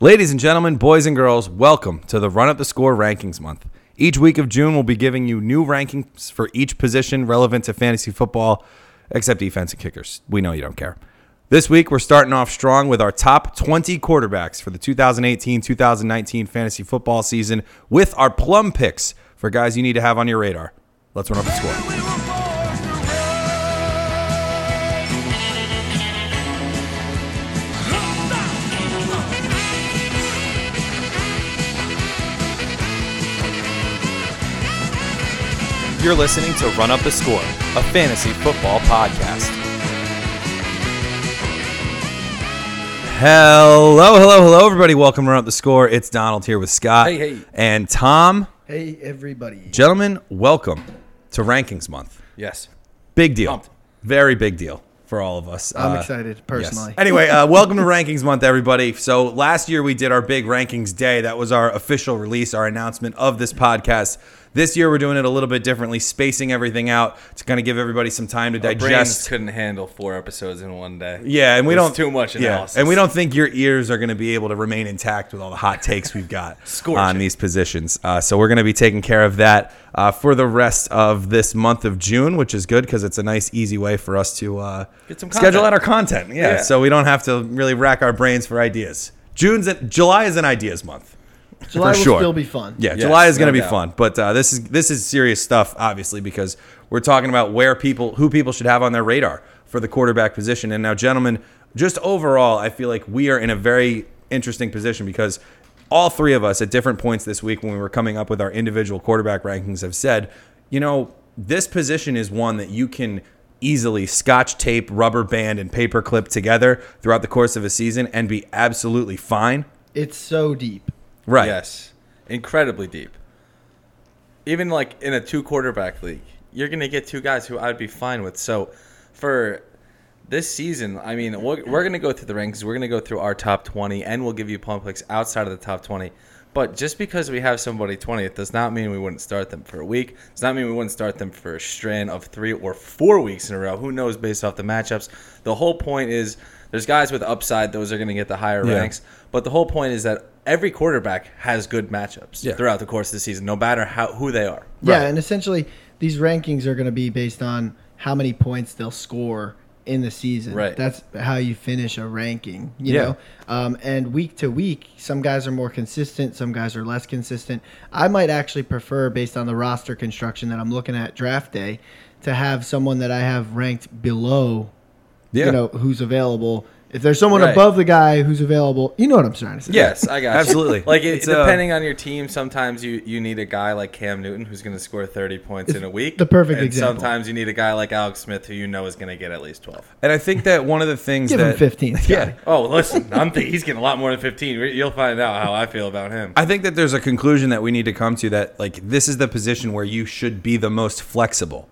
Ladies and gentlemen, boys and girls, welcome to the Run Up the Score Rankings Month. Each week of June, we'll be giving you new rankings for each position relevant to fantasy football, except defense and kickers. We know you don't care. This week, we're starting off strong with our top 20 quarterbacks for the 2018 2019 fantasy football season with our plum picks for guys you need to have on your radar. Let's run up the score. You're listening to Run Up the Score, a fantasy football podcast. Hello, hello, hello, everybody. Welcome to Run Up the Score. It's Donald here with Scott Hey, hey. and Tom. Hey everybody! Gentlemen, welcome to Rankings Month. Yes. Big deal. Pumped. Very big deal for all of us. I'm Uh, excited yes. personally. Anyway, uh, welcome to Rankings Month, everybody. So last year we did our big Rankings Day. That was our official release, our announcement of this podcast. This year we're doing it a little bit differently, spacing everything out to kind of give everybody some time to Brains digest. couldn't handle four episodes in one day. Yeah, and we It was don't too much analysis. and we don't think your ears are going to be able to remain intact with all the hot takes we've got Scorching. on these positions. Uh, so we're going to be taking care of that uh, for the rest of this month of June, which is good because it's a nice, easy way for us to uh, Get some schedule content. out our content. Yeah, Yeah. so we don't have to really rack our brains for ideas. June's July is an ideas month. July for will sure. still be fun. Yeah, Yes, July is no going to be doubt. fun, but uh, this is this is serious stuff, obviously, because we're talking about where people, who people should have on their radar for the quarterback position. And now, gentlemen, just overall, I feel like we are in a very interesting position because all three of us at different points this week, when we were coming up with our individual quarterback rankings, have said, you know, this position is one that you can easily scotch tape, rubber band, and paper clip together throughout the course of a season and be absolutely fine. It's so deep. Right. Yes. Incredibly deep. Even like in a two quarterback league, you're going to get two guys who I'd be fine with. So for this season, I mean, we're, we're going to go through the rankings. We're going to go through our top 20, and we'll give you pump picks outside of the top 20. But just because we have somebody 20th does not mean we wouldn't start them for a week. Does not mean we wouldn't start them for a strand of three or four weeks in a row. Who knows based off the matchups? The whole point is there's guys with upside, those are going to get the higher Yeah. ranks. But the whole point is that every quarterback has good matchups Yeah. throughout the course of the season, no matter how who they are. Right. Yeah, and essentially these rankings are going to be based on how many points they'll score in the season. Right. That's how you finish a ranking. You Yeah. know, um, and week to week, some guys are more consistent, some guys are less consistent. I might actually prefer, based on the roster construction that I'm looking at draft day, to have someone that I have ranked below. Yeah. You know who's available. If there's someone Right. above the guy who's available, you know what I'm trying to say. Yes, I got you. Absolutely. Like it, It's, uh, depending on your team, sometimes you you need a guy like Cam Newton who's going to score thirty points in a week. the perfect and example. Sometimes you need a guy like Alex Smith who you know is going to get at least twelve. And I think that one of the things Give that him 15. Yeah. Oh, listen, I'm th- he's getting a lot more than fifteen. We- You'll find out how I feel about him. I think that there's a conclusion that we need to come to that like this is the position where you should be the most flexible.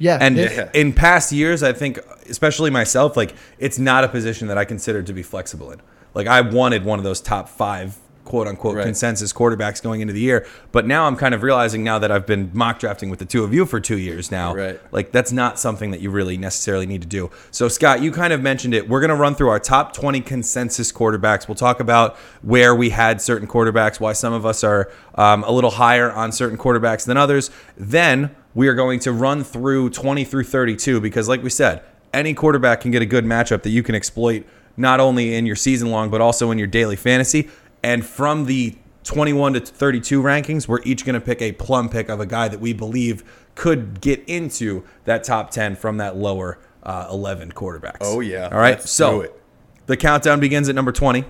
Yeah. And this- Yeah. in past years, I think especially myself, like it's not a position that I considered to be flexible in. Like I wanted one of those top 5 quote unquote Right. consensus quarterbacks going into the year, but now I'm kind of realizing now that I've been mock drafting with the two of you for 2 years now. Right. Like that's not something that you really necessarily need to do. So Scott, you kind of mentioned it. We're going to run through our top 20 consensus quarterbacks. We'll talk about where we had certain quarterbacks, why some of us are um, a little higher on certain quarterbacks than others. Then we are going to run through 20 through 32 because, like we said, any quarterback can get a good matchup that you can exploit not only in your season long but also in your daily fantasy. And from the 21 to 32 rankings, we're each going to pick a plum pick of a guy that we believe could get into that top 10 from that lower uh, 11 quarterbacks. Oh, yeah. All right. Let's so do it. the countdown begins at number 20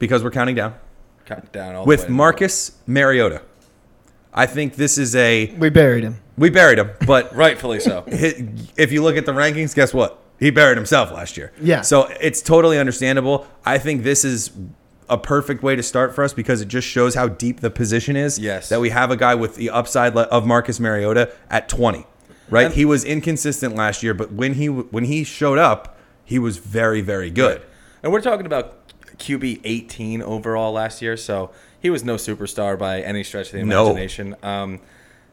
because we're counting down Cut down all the way with to- Marcus Mariota. I think this is a we buried him. we buried him, but rightfully so. hi- if you look at the rankings, guess what? He buried himself last year. Yeah. So it's totally understandable. I think this is a perfect way to start for us because it just shows how deep the position is. Yes. That we have a guy with the upside le- of Marcus Mariota at 20. Right? And- he was inconsistent last year, but when he w- when he showed up, he was very very good. And we're talking about QB 18 overall last year, so he was no superstar by any stretch of the No. imagination. Um,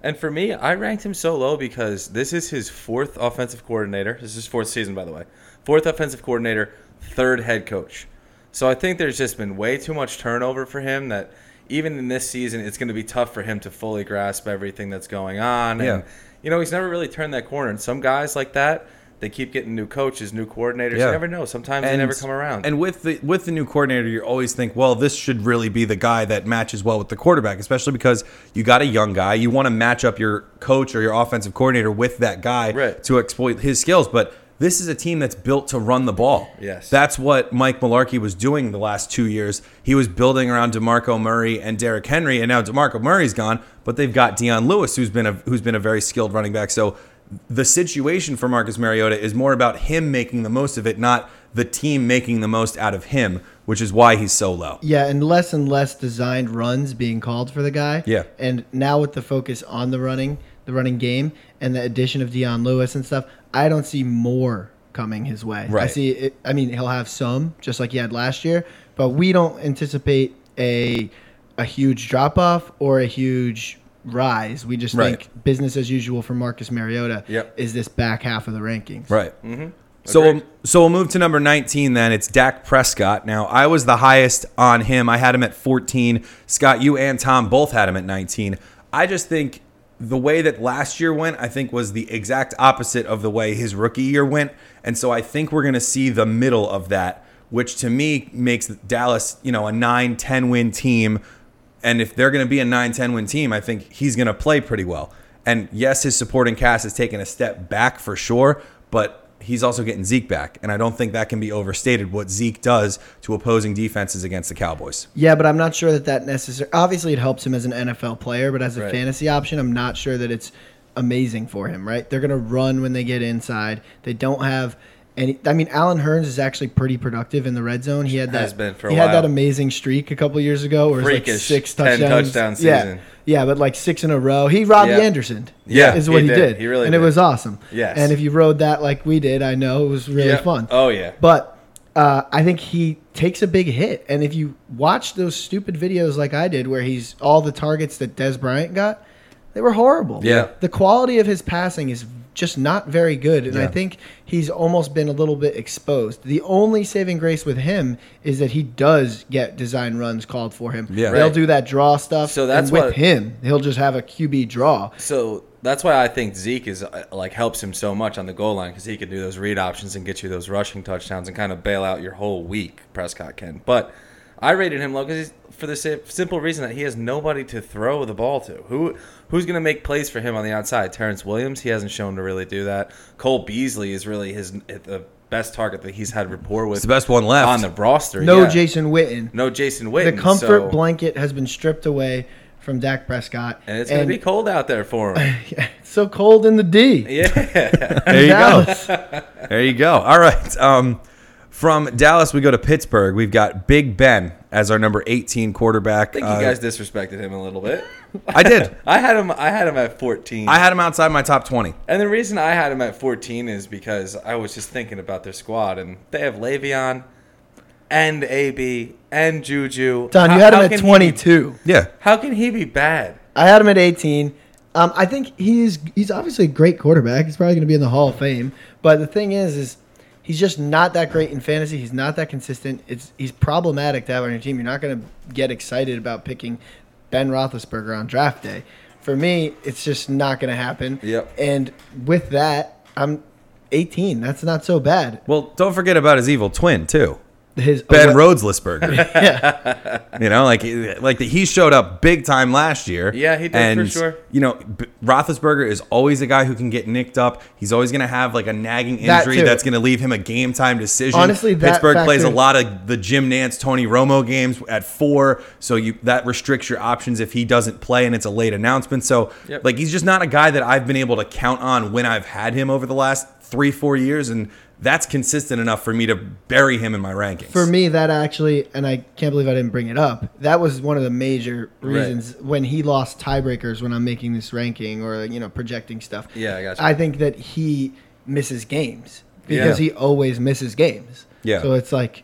and for me, I ranked him so low because this is his fourth offensive coordinator. This is his fourth season, by the way. Fourth offensive coordinator, third head coach. So I think there's just been way too much turnover for him that even in this season, it's going to be tough for him to fully grasp everything that's going on. Yeah. And, you know, he's never really turned that corner. And some guys like that, they keep getting new coaches, new coordinators. Yeah. You never know. Sometimes they never come around. And with the with the new coordinator, you always think, well, this should really be the guy that matches well with the quarterback, especially because you got a young guy. You want to match up your coach or your offensive coordinator with that guy Right. to exploit his skills. But this is a team that's built to run the ball. Yes. That's what Mike Mularkey was doing the last two years. He was building around DeMarco Murray and Derrick Henry, and now DeMarco Murray's gone, but they've got Deion Lewis, who's been a who's been a very skilled running back. So the situation for Marcus Mariota is more about him making the most of it, not the team making the most out of him, which is why he's so low. Yeah, and less and less designed runs being called for the guy. Yeah. And now with the focus on the running, the running game, and the addition of Deion Lewis and stuff, I don't see more coming his way. I Right. see. It, I mean, he'll have some, just like he had last year, but we don't anticipate a a huge drop off or a huge rise. We just Right. think business as usual for Marcus Mariota Yep. is this back half of the rankings. Right. Mm-hmm. So we'll, so we'll move to number 19 then. It's Dak Prescott. Now, I was the highest on him. I had him at 14. Scott, you and Tom both had him at 19. I just think the way that last year went, I think was the exact opposite of the way his rookie year went. And so I think we're going to see the middle of that, which to me makes Dallas, you know, a 9-10 win team and if they're going to be a 9 10 win team, I think he's going to play pretty well. And yes, his supporting cast has taken a step back for sure, but he's also getting Zeke back. And I don't think that can be overstated what Zeke does to opposing defenses against the Cowboys. Yeah, but I'm not sure that that necessarily. Obviously, it helps him as an NFL player, but as a Right. fantasy option, I'm not sure that it's amazing for him. Right? They're gonna run when they get inside. They don't have any. I mean, Alan Hearns is actually pretty productive in the red zone. He had that. Has been for a he had while. that amazing streak a couple years ago, where it's like Freakish six 10 touchdowns. touchdown season. Yeah, yeah, but like six in a row. He Robbie Yeah. Anderson. Yeah, is what he he, did. did. He really and did. it was awesome. Yes. and if you rode that like we did, I know it was really Yeah. fun. Oh, yeah. But uh, I think he takes a big hit. And if you watch those stupid videos like I did, where he's all the targets that Des Bryant got, they were horrible. Yeah. The quality of his passing is just not very good. And I Yeah. think he's almost been a little bit exposed. The only saving grace with him is that he does get design runs called for him. Yeah. They'll Right. do that draw stuff. So that's and with what- him. He'll just have a QB draw. So that's why I think Zeke is uh, like helps him so much on the goal line because he can do those read options and get you those rushing touchdowns and kind of bail out your whole week. Prescott can, but I rated him low because for the si- simple reason that he has nobody to throw the ball to. Who who's going to make plays for him on the outside? Terrence Williams, he hasn't shown to really do that. Cole Beasley is really his uh, the best target that he's had rapport with It's the best one left. on the roster. No yeah. Jason Witten. no Jason Witten. The comfort so- blanket has been stripped away from Dak Prescott. and it's going to be cold out there for him. It's so cold in the D. yeah. there you go. Dallas. There you go. All right. Um, from Dallas, we go to Pittsburg. We've got Big Ben as our number 18 quarterback. I think Uh, you guys disrespected him a little bit. I did. I had him. I had him at 14. I had him outside my top 20. and the reason I had him at 14 is because I was just thinking about their squad, and they have Le'Veon, and AB, and Juju. Don, you How- had him how at can he 22. Yeah. be- how can he be bad? I had him at 18. Um, I think he's he's obviously a great quarterback. He's probably going to be in the Hall of Fame. But the thing is, is he's just not that great in fantasy. He's not that consistent. It's he's problematic to have on your team. You're not going to get excited about picking Ben Roethlisberger on draft day. For me, it's just not going to happen. Yep. And with that, I'm 18. That's not so bad. Well, don't forget about his evil twin, too. His Ben oh, Roethlisberger. yeah. You know, like like he showed up big time last year. Yeah, he did for and, sure. You know, B- Roethlisberger is always a guy who can get nicked up. He's always going to have like a nagging That injury too. that's going to leave him a game time decision. Honestly, that Pittsburgh plays a factor- lot of the Jim Nance, Tony Romo games at four, so you that restricts your options if he doesn't play and it's a late announcement. So Yep. like he's just not a guy that I've been able to count on when I've had him over the last three four years and. That's consistent enough for me to bury him in my rankings. For me, that actually, and I can't believe I didn't bring it up. That was one of the major reasons when he lost tiebreakers when I'm making this ranking or you know projecting stuff. Yeah, I gotcha. I think that he misses games because Yeah. he always misses games. Yeah. So it's like,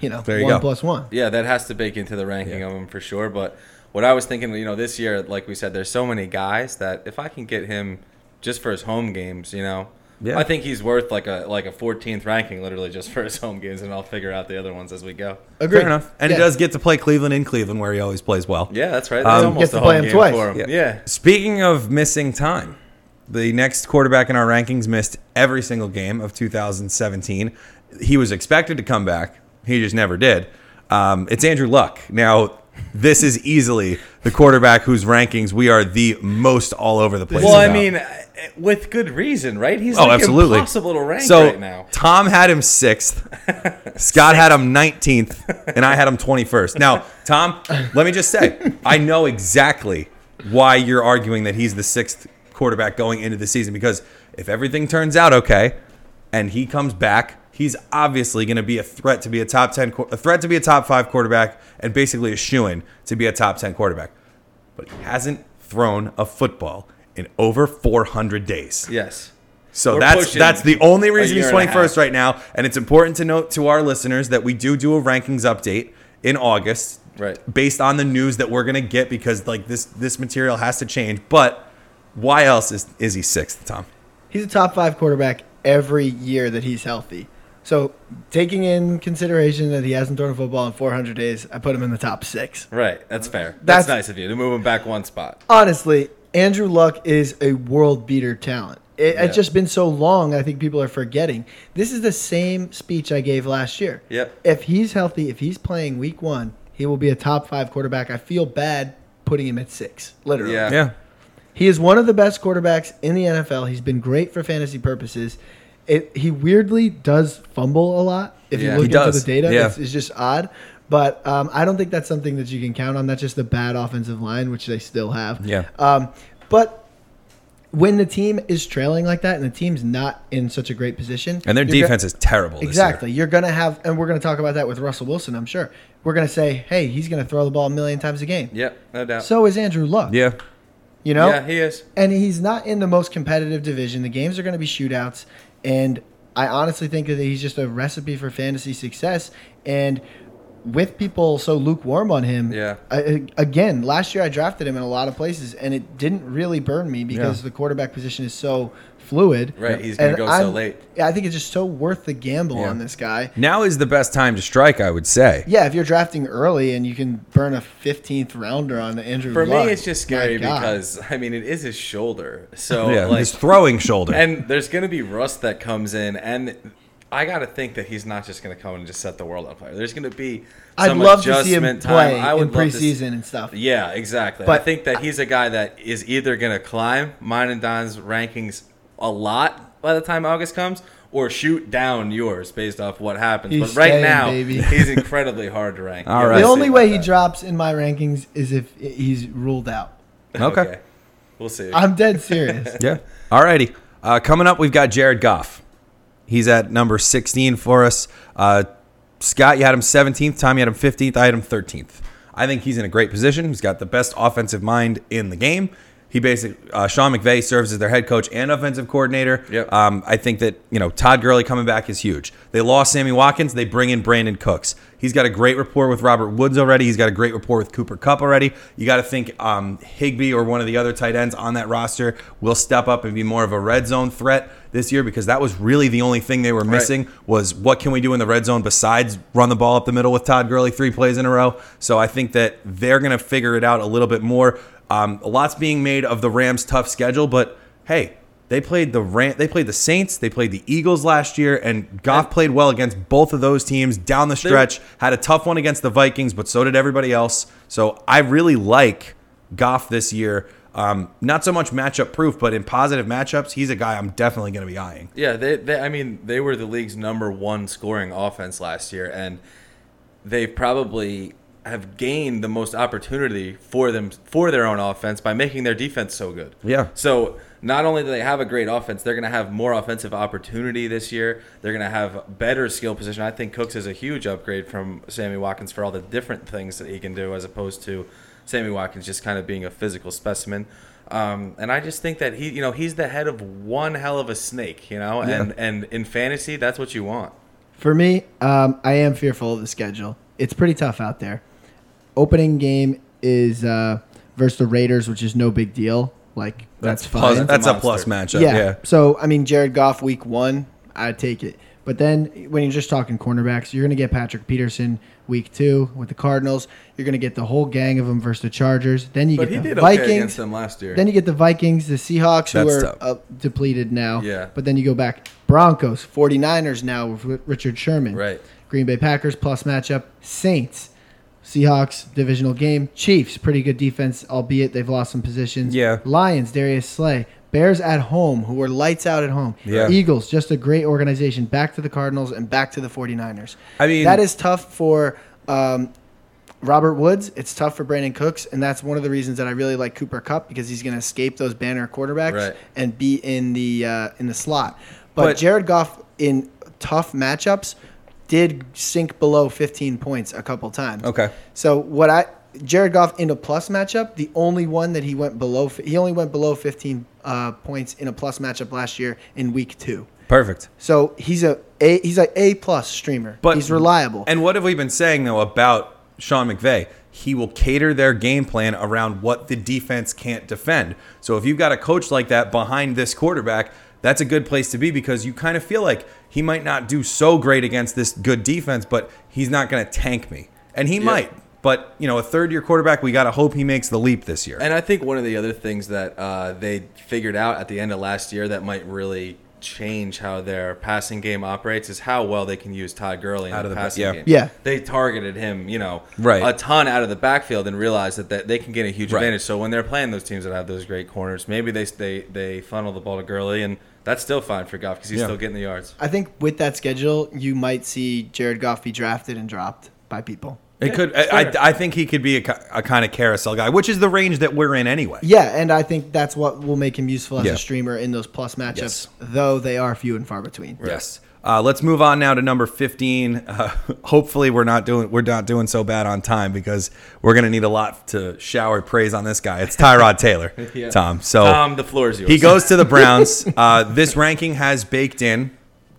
you know, There you one go. plus one. Yeah, that has to bake into the ranking Yeah. of him for sure. But what I was thinking, you know, this year, like we said, there's so many guys that if I can get him just for his home games, you know, Yeah. I think he's worth like a like a 14th ranking, literally just for his home games, and I'll figure out the other ones as we go. Agreed. Fair enough. And Yeah. he does get to play Cleveland in Cleveland, where he always plays well. Yeah, that's right. That's Um, almost Gets the to whole play him game twice. for him. yeah. Speaking of missing time, the next quarterback in our rankings missed every single game of 2017. He was expected to come back. He just never did. Um, it's Andrew Luck. Now, this is easily the quarterback whose rankings we are the most all over the place. Well, I about. mean, I- with good reason, right? He's oh, like absolutely. impossible to rank so right now. Tom had him sixth. Scott had him 19th, and I had him 21st. Now, Tom, let me just say, I know exactly why you're arguing that he's the sixth quarterback going into the season because if everything turns out okay and he comes back, he's obviously going to be a threat to be a top 10, qu- a threat to be a top five quarterback, and basically a shoo in to be a top 10 quarterback. But he hasn't thrown a football in over 400 days. Yes. So We're that's pushing that's the only a reason year he's and a twenty half. first right now, and it's important to note to our listeners that we do do a rankings update in August, Right. Based on the news that we're gonna get because like this this material has to change. But why else is is he sixth, Tom? He's a top five quarterback every year that he's healthy. So, taking in consideration that he hasn't thrown a football in 400 days, I put him in the top six. Right. That's fair. That's, That's- nice of you to move him back one spot. Honestly, Andrew Luck is a world beater talent. It, Yeah. It's just been so long, I think people are forgetting. This is the same speech I gave last year. Yep. If he's healthy, if he's playing week one, he will be a top five quarterback. I feel bad putting him at six, literally. Yeah. Yeah. He is one of the best quarterbacks in the NFL. He's been great for fantasy purposes. It, he weirdly does fumble a lot. If Yeah. you look He into does. the data, Yeah. it's, it's just odd. But um, I don't think that's something that you can count on. That's just the bad offensive line, which they still have. Yeah. Um, but when the team is trailing like that and the team's not in such a great position, And their you're go- defense is terrible. this year. Exactly. You're going to have, and we're going to talk about that with Russell Wilson, I'm sure. We're going to say, hey, he's going to throw the ball a million times a game. Yep. No doubt. So is Andrew Luck. Yeah. You know? Yeah, he is. and he's not in the most competitive division. The games are going to be shootouts, and I honestly think that he's just a recipe for fantasy success. And with people so lukewarm on him, Yeah. I, again, last year I drafted him in a lot of places, and it didn't really burn me because Yeah. the quarterback position is so fluid. Right, he's gonna And go so I'm- late. I think it's just so worth the gamble Yeah. on this guy. Now is the best time to strike, I would say. Yeah, if you're drafting early and you can burn a 15th rounder on Andrew For Luck, me, it's just my scary God. because I mean it is his shoulder. So Yeah. Oh, like, his throwing shoulder. and there's gonna be rust that comes in, and I gotta think that he's not just gonna come and just set the world on fire. There's gonna be I'd some love to see him adjustment time. play I would in love to see- preseason and stuff. Yeah, exactly. I But- think that he's a guy that is either going to climb mine and Don's rankings a lot by the time August comes, or shoot down yours based off what happens. He's but right staying, now, baby. he's incredibly hard to rank. All Yeah, right. The we'll only see way about he that. drops in my rankings is if he's ruled out. Okay. We'll see. I'm dead serious. Yeah. All righty. Uh, coming up, we've got Jared Goff. He's at number 16 for us. Uh, Scott, you had him 17th. Tom, you had him 15th. I had him 13th. I think he's in a great position. He's got the best offensive mind in the game. He basically, uh, Sean McVay serves as their head coach and offensive coordinator. Yep. Um, I think that, you know, Todd Gurley coming back is huge. They lost Sammy Watkins. They bring in Brandon Cooks. He's got a great rapport with Robert Woods already. He's got a great rapport with Cooper Cup already. You got to think um, Higby or one of the other tight ends on that roster will step up and be more of a red zone threat this year because that was really the only thing they were missing was what can we do in the red zone besides run the ball up the middle with Todd Gurley three plays in a row. So I think that they're going to figure it out a little bit more. Um, a lot's being made of the Rams' tough schedule, but hey, they played the Ram- they played the Saints, they played the Eagles last year, and Goff played well against both of those teams down the stretch. Had a tough one against the Vikings, but so did everybody else. So I really like Goff this year. Um, not so much matchup proof, but in positive matchups, he's a guy I'm definitely going to be eyeing. Yeah, they, they I mean, they were the league's number one scoring offense last year, and they probably have gained the most opportunity for them for their own offense by making their defense so good. Yeah. So not only do they have a great offense, they're going to have more offensive opportunity this year. They're going to have better skill position. I think Cooks is a huge upgrade from Sammy Watkins for all the different things that he can do, as opposed to Sammy Watkins just kind of being a physical specimen. Um, and I just think that he, you know, he's the head of one hell of a snake, you know, and and in fantasy, that's what you want. For me, um, I am fearful of the schedule. It's pretty tough out there. Opening game is uh, versus the Raiders, which is no big deal. Like that's, Plus, fine. that's a a plus matchup. yeah. yeah. So I mean, Jared Goff week one, I take it. But then when you're just talking cornerbacks, you're going to get Patrick Peterson week two with the Cardinals. You're going to get the whole gang of them versus the Chargers. Then you But he get the did Vikings. okay against them last year. Then you get the Vikings, the Seahawks, who That's are tough. uh, depleted now. Yeah. But then you go back Broncos, 49ers now with Ri- Richard Sherman. Right. Green Bay Packers plus matchup, Saints, Seahawks, divisional game, Chiefs, pretty good defense, albeit they've lost some positions. Yeah. Lions, Darius Slay. Bears at home, who were lights out at home. Yeah. Eagles, just a great organization. Back to the Cardinals and back to the 49ers. I mean- that is tough for um, Robert Woods, it's tough for Brandon Cooks, and that's one of the reasons that I really like Cooper Cup because he's going to escape those banner quarterbacks Right. and be in the uh, in the slot. But, But- Jared Goff in tough matchups did sink below 15 points a couple times. Okay. So what I Jared Goff in a plus matchup, the only one that he went below, he only went below 15 uh, points in a plus matchup last year in week two. Perfect. So he's a, a he's a A plus streamer. But- he's reliable. And what have we been saying though about Sean McVay? He will cater their game plan around what the defense can't defend. So if you've got a coach like that behind this quarterback, that's a good place to be because you kind of feel like he might not do so great against this good defense, but he's not going to tank me. And he might. But, you know, a third year quarterback, we got to hope he makes the leap this year. And I think one of the other things that uh, they figured out at the end of last year that might really change how their passing game operates is how well they can use Todd Gurley in Out the, of the ba- passing yeah. game. Yeah. they targeted him, you know, Right. a ton out of the backfield and realized that, that they can get a huge Right. advantage. So when they're playing those teams that have those great corners, maybe they they they funnel the ball to Gurley, and that's still fine for Goff because he's Yeah. still getting the yards. I think with that schedule, you might see Jared Goff be drafted and dropped by people. it could. I, I, I think he could be a, ki- a kind of carousel guy, which is the range that we're in anyway. Yeah, and I think that's what will make him useful as Yeah. a streamer in those plus matchups, Yes. though they are few and far between. Yes. Uh, let's move on now to number 15. Uh, hopefully we're not doing we're not doing so bad on time because we're going to need a lot to shower praise on this guy. It's Tyrod Taylor, Yeah. Um, Tom. So Tom, the floor is yours. Oh. he goes to the Browns. Uh, this ranking has baked in,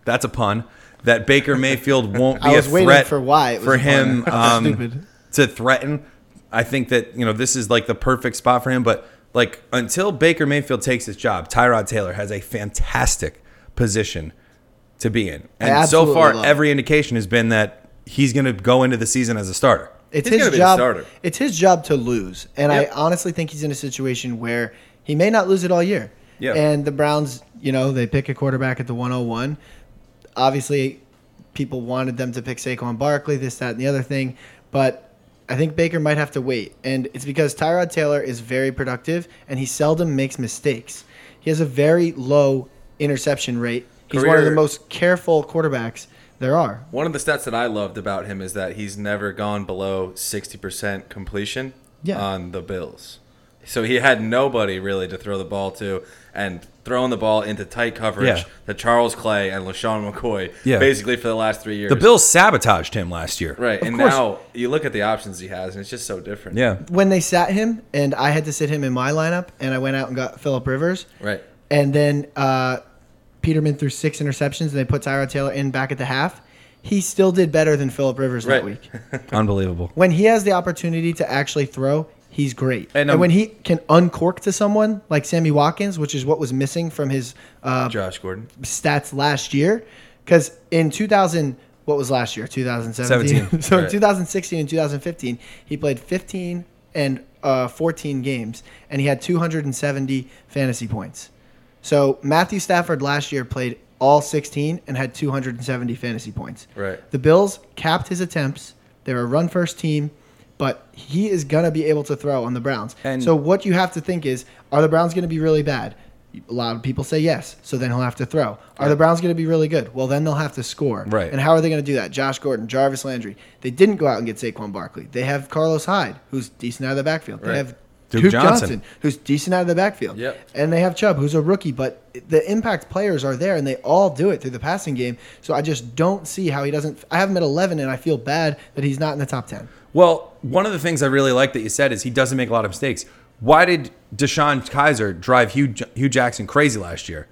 that's a pun, that Baker Mayfield won't be I was a waiting threat for why it was for a pun. him That's um, stupid. to threaten. I think that you know this is like the perfect spot for him. But like until Baker Mayfield takes his job, Tyrod Taylor has a fantastic position to be in, and so absolutely far love it. every indication has been that he's going to go into the season as a starter. It's He's his gonna be the job. starter. It's his job to lose, and Yep. I honestly think he's in a situation where he may not lose it all year. Yeah. And the Browns, you know, they pick a quarterback at the 101. Obviously, people wanted them to pick Saquon Barkley, this, that, and the other thing, but I think Baker might have to wait, and it's because Tyrod Taylor is very productive and he seldom makes mistakes. He has a very low interception rate. He's one of the Career- most careful quarterbacks there are. One of the stats that I loved about him is that he's never gone below 60% completion Yeah. on the Bills. So he had nobody really to throw the ball to and throwing the ball into tight coverage Yeah. to Charles Clay and LaShawn McCoy Yeah. basically for the last three years. The Bills sabotaged him last year. Right. And course. now you look at the options he has and it's just so different. Yeah. when they sat him and I had to sit him in my lineup and I went out and got Philip Rivers. Right. And then uh, Peterman threw six interceptions and they put Tyrod Taylor in back at the half. He still did better than Philip Rivers that Right. week. Unbelievable. When he has the opportunity to actually throw, he's great. And, And, um, when he can uncork to someone like Sammy Watkins, which is what was missing from his Um, uh, Josh Gordon. stats last year because in 2000 what was last year 2017 Seventeen. so in Right. 2016 and 2015 he played 15 and uh, 14 games and he had 270 fantasy points so matthew stafford last year played all 16 and had 270 fantasy points Right. the bills capped his attempts they're a run first team but he is going to be able to throw on the browns And- so what you have to think is, are the Browns going to be really bad? A lot of people say yes, so then he'll have to throw. Are the Browns going to be really good? Well, then they'll have to score. Right. And how are they going to do that? Josh Gordon, Jarvis Landry. They didn't go out and get Saquon Barkley. They have Carlos Hyde, who's decent out of the backfield. They Right. have Duke Duke, Johnson. Johnson. who's decent out of the backfield. Yep. And they have Chubb, who's a rookie, but the impact players are there and they all do it through the passing game. So I just don't see how he doesn't. I have him at 11, and I feel bad that he's not in the top 10. Well, one of the things I really like that you said is he doesn't make a lot of mistakes. Why did Deshaun Kaiser drive Hugh, Hugh Jackson crazy last year?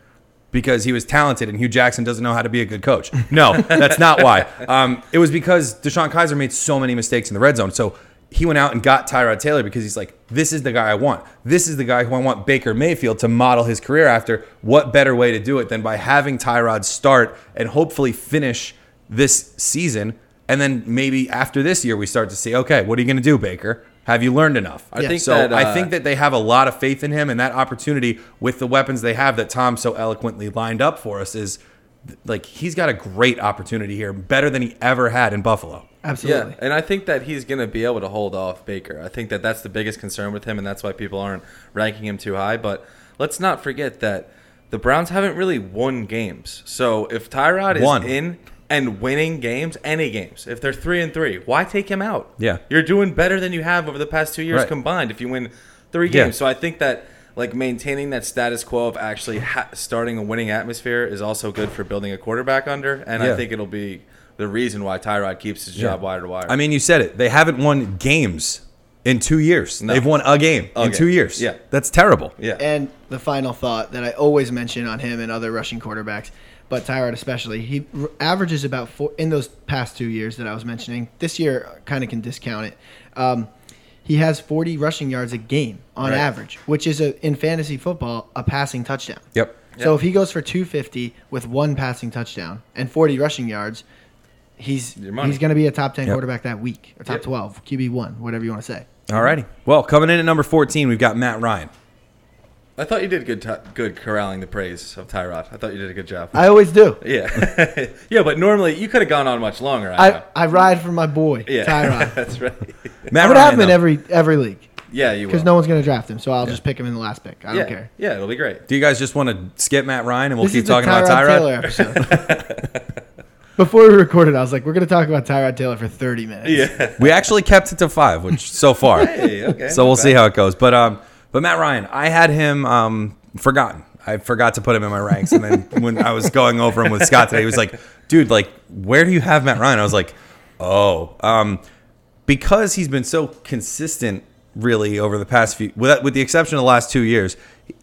Because he was talented and Hugh Jackson doesn't know how to be a good coach. No, that's not why. Um, it was because Deshaun Kaiser made so many mistakes in the red zone. So he went out and got Tyrod Taylor because he's like, this is the guy I want. This is the guy who I want Baker Mayfield to model his career after. What better way to do it than by having Tyrod start and hopefully finish this season? And then maybe after this year, we start to see, okay, what are you going to do, Baker? Have you learned enough? I think so. that, I uh, think that they have a lot of faith in him, and that opportunity with the weapons they have that Tom so eloquently lined up for us is like he's got a great opportunity here, better than he ever had in Buffalo. Absolutely. Yeah, and I think that he's going to be able to hold off Baker. I think that that's the biggest concern with him, and that's why people aren't ranking him too high. But let's not forget that the Browns haven't really won games. So if Tyrod is Won. in and winning games, any games, if they're three and three, why take him out? Yeah. you're doing better than you have over the past two years Right. combined. If you win three Yeah. games, so I think that. Like maintaining that status quo of actually ha- starting a winning atmosphere is also good for building a quarterback under, and Yeah. I think it'll be the reason why Tyrod keeps his job wire to wire. I mean, you said it. They haven't won games in two years. No. They've won a game A in game. two years. Yeah. that's terrible. Yeah. And the final thought that I always mention on him and other rushing quarterbacks, but Tyrod especially, he r- averages about four in those past two years that I was mentioning. This year, kind of can discount it. Um, he has 40 rushing yards a game on Right. average, which is a, in fantasy football a passing touchdown. Yep. So if he goes for 250 with one passing touchdown and 40 rushing yards, he's Your money. he's going to be a top 10 Yep. quarterback that week or top Yep. 12, QB one, whatever you want to say. Alrighty. Well, coming in at number fourteen, we've got Matt Ryan. I thought you did good, t- good corralling the praise of Tyrod. I thought you did a good job. I always do. yeah, yeah, but normally you could have gone on much longer. I, I, know. I ride for my boy, yeah, Tyrod. that's right. Matt I'm gonna have Ryan. him in though. every every league Yeah, you will. because no one's gonna draft him, so I'll just pick him in the last pick. I yeah, don't care. yeah, it'll be great. Do you guys just want to skip Matt Ryan and we'll This keep is the talking about Tyrod Tyrod? Taylor episode. Before we recorded, I was like, "We're gonna talk about Tyrod Taylor for 30 minutes." Yeah, We actually kept it to five, which so far. Hey, okay, So we'll not see bad. how it goes. But um, but Matt Ryan, I had him um forgotten. I forgot to put him in my ranks, and then when I was going over him with Scott today, he was like, "Dude, like, where do you have Matt Ryan?" I was like, "Oh, um, because he's been so consistent, really, over the past few, with with the exception of the last two years."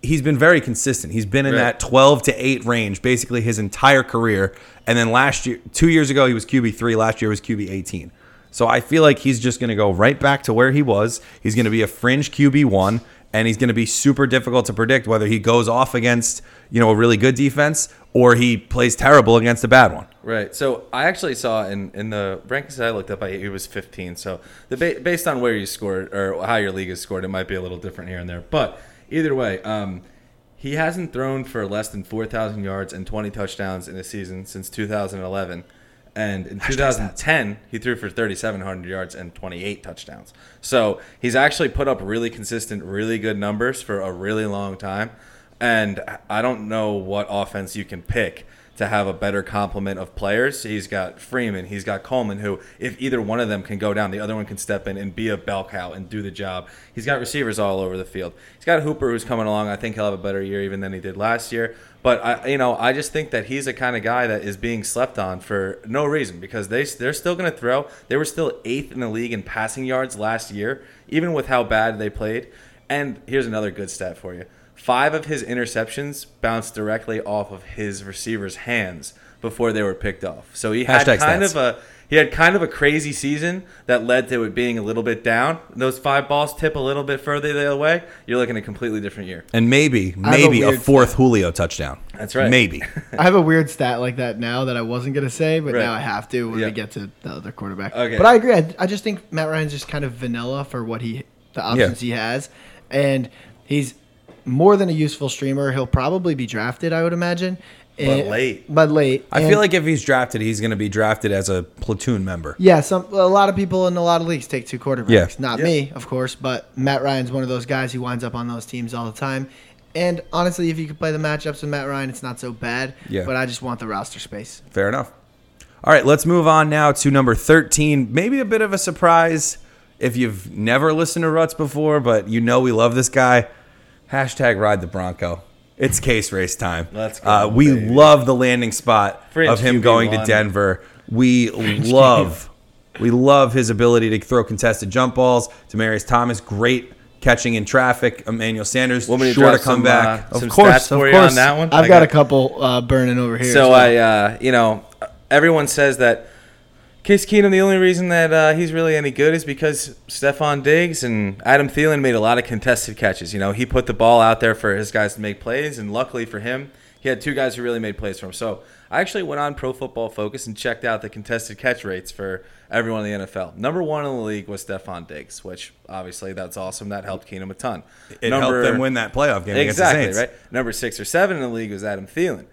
He's been very consistent. He's been in Right. that 12 to 8 range basically his entire career. And then last year, two years ago, he was QB3. Last year was QB18. So I feel like he's just going to go right back to where he was. He's going to be a fringe QB1 and he's going to be super difficult to predict whether he goes off against, you know, a really good defense or he plays terrible against a bad one. right. So I actually saw in in the rankings that I looked up, I, he was 15. So the ba- based on where you scored or how your league is scored, it might be a little different here and there. But either way, um, he hasn't thrown for less than 4,000 yards and 20 touchdowns in a season since 2011. And in 2010, he threw for 3,700 yards and 28 touchdowns. So he's actually put up really consistent, really good numbers for a really long time. And I don't know what offense you can pick to have a better complement of players. He's got Freeman, he's got Coleman, who, if either one of them can go down, the other one can step in and be a bell cow and do the job. He's got receivers all over the field. He's got Hooper, who's coming along. I think he'll have a better year even than he did last year. But I, you know, I just think that he's the kind of guy that is being slept on for no reason because they they're still going to throw. They were still eighth in the league in passing yards last year, even with how bad they played. And here's another good stat for you: five of his interceptions bounced directly off of his receiver's hands before they were picked off. So he had Hashtag kind stats. of a he had kind of a crazy season that led to it being a little bit down. Those five balls tip a little bit further the other way. You're looking at a completely different year. And maybe, I have a maybe a, weird fourth Julio touchdown. That's right. Maybe. I have a weird stat like that now that I wasn't gonna say, but Right. now I have to when Yeah. we get to the other quarterback. Okay. But I agree. I, I just think Matt Ryan's just kind of vanilla for what he the options he has, and he's more than a useful streamer. He'll probably be drafted, I would imagine. But And- late. But late. I And- feel like if he's drafted, he's going to be drafted as a platoon member. Yeah, some a lot of people in a lot of leagues take two quarterbacks. Yeah. Not Yeah. me, of course, but Matt Ryan's one of those guys who winds up on those teams all the time. And honestly, if you could play the matchups with Matt Ryan, it's not so bad. Yeah. But I just want the roster space. Fair enough. All right, let's move on now to number 13. Maybe a bit of a surprise if you've never listened to Ruts before, but you know we love this guy. Hashtag ride the Bronco. It's case race time. Let's go, Uh, we baby. love the landing spot Fringe of him QB1. going to Denver. We love, we love his ability to throw contested jump balls. Demarius Thomas, great catching in traffic. Emmanuel Sanders, Want me to sure to drop come some, back. uh, of some course, stats for of you on course. that one? I've I got, got- a couple uh, burning over here. So I, uh, you know, everyone says that Case Keenum, the only reason that uh, he's really any good is because Stefan Diggs and Adam Thielen made a lot of contested catches. You know, he put the ball out there for his guys to make plays, and luckily for him, he had two guys who really made plays for him. So I actually went on Pro Football Focus and checked out the contested catch rates for everyone in the NFL. Number one in the league was Stefan Diggs, which obviously that's awesome. That helped Keenum a ton. It Number- helped them win that playoff game against the Exactly, Saints. right? Number six or seven in the league was Adam Thielen.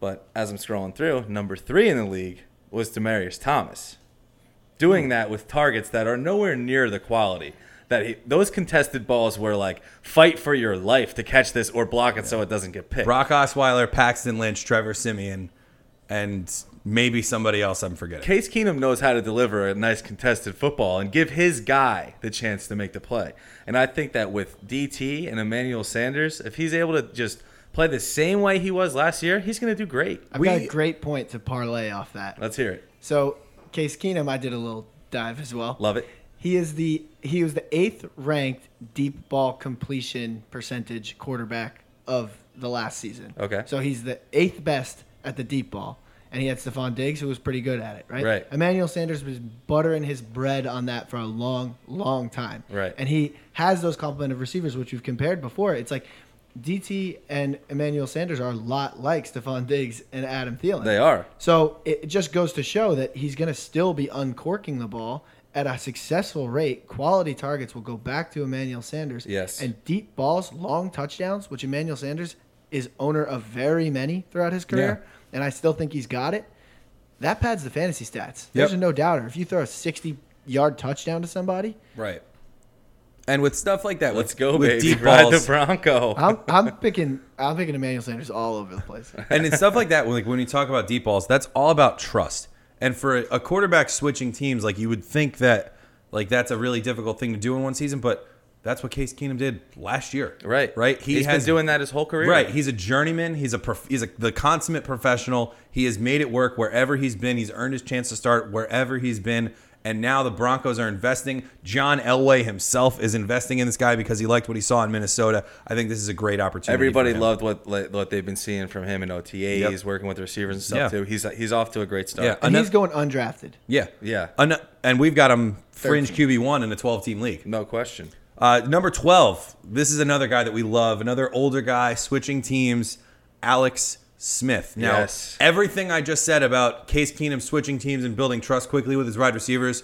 But as I'm scrolling through, number three in the league was Demarius Thomas. Hmm. Doing that with targets that are nowhere near the quality. That he, those contested balls were like fight for your life to catch this or block it so it doesn't get picked. Brock Osweiler, Paxton Lynch, Trevor Simeon, and maybe somebody else I'm forgetting. Case Keenum knows how to deliver a nice contested football and give his guy the chance to make the play. And I think that with DT and Emmanuel Sanders, if he's able to just play the same way he was last year, he's going to do great. I've got a We- great point to parlay off that. Let's hear it. So Case Keenum, I did a little dive as well. Love it. He is the he was the eighth ranked deep ball completion percentage quarterback of the last season. Okay. So he's the eighth best at the deep ball. And he had Stephon Diggs, who was pretty good at it, right? Right. Emmanuel Sanders was buttering his bread on that for a long, long time. Right. And he has those complement of receivers, which we've compared before. It's like DT and Emmanuel Sanders are a lot like Stephon Diggs and Adam Thielen. They are. So it just goes to show that he's going to still be uncorking the ball at a successful rate. Quality targets will go back to Emmanuel Sanders. Yes. And deep balls, long touchdowns, which Emmanuel Sanders is owner of very many throughout his career. And I still think he's got it. That pads the fantasy stats. There's Yep. no doubter. If you throw a 60 yard touchdown to somebody, Right. And with stuff like that, Let's with- go, with baby. deep Ride balls, the Bronco. I'm, I'm picking I'm picking Emmanuel Sanders all over the place. and it's stuff like that. When, like when you talk about deep balls, that's all about trust. And for a, a quarterback switching teams, like you would think that, like that's a really difficult thing to do in one season, but that's what Case Keenum did last year. right. Right. He has been doing that his whole career. Right. He's a journeyman. He's a prof- he's a, the consummate professional. He has made it work wherever he's been. He's earned his chance to start wherever he's been. And now the Broncos are investing. John Elway himself is investing in this guy because he liked what he saw in Minnesota. I think this is a great opportunity. Everybody for him. loved what like, what they've been seeing from him in OTAs, Yep. working with receivers and stuff Yeah. too. He's he's off to a great start. Yeah. And ano- he's going undrafted. yeah. Yeah. Ano- and we've got him fringe QB one in a twelve team league. No question. Uh, number 12. This is another guy that we love, another older guy switching teams, Alex Smith. Now, Yes. everything I just said about Case Keenum switching teams and building trust quickly with his wide receivers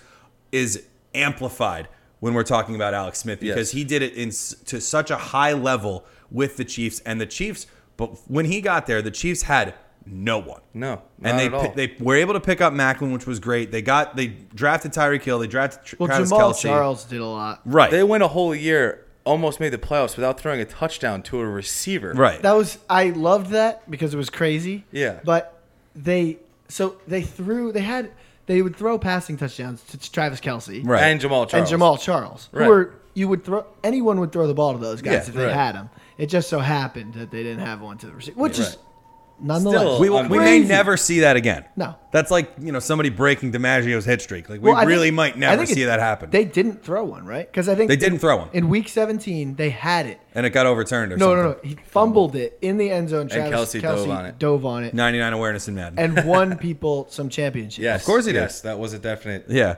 is amplified when we're talking about Alex Smith because Yes. he did it in s- to such a high level with the Chiefs and the Chiefs. But when he got there, the Chiefs had no one. No, And not they at all. pi- they were able to pick up Macklin, which was great. They got they drafted Tyreek Hill, they drafted Tr- Well, Travis Jamal Kelce. Charles did a lot. Right. They went a whole year, almost made the playoffs without throwing a touchdown to a receiver. right. That was I loved that because it was crazy. Yeah. But they so they threw they had they would throw passing touchdowns to Travis Kelsey Right. And Jamal Charles. and Jamal Charles. Right. Who were you would throw anyone would throw the ball to those guys Yeah, if they right. had them. It just so happened that they didn't have one to the receiver, which is Right. nonetheless Still, we, Um, we may crazy. never see that again. No. That's like, you know, somebody breaking DiMaggio's hit streak. Like, we Well, I think- really might I never think it- see that happen. They didn't throw one, right? Because I think They didn't in- throw one. in Week 17. They had it. and it got overturned or No, something. no, no. He fumbled it in the end zone. Travis Kelce dove on it. Dove on it 99 awareness in Madden. and won people some championships. Yes, Of course he did. yes, that was a definite yeah.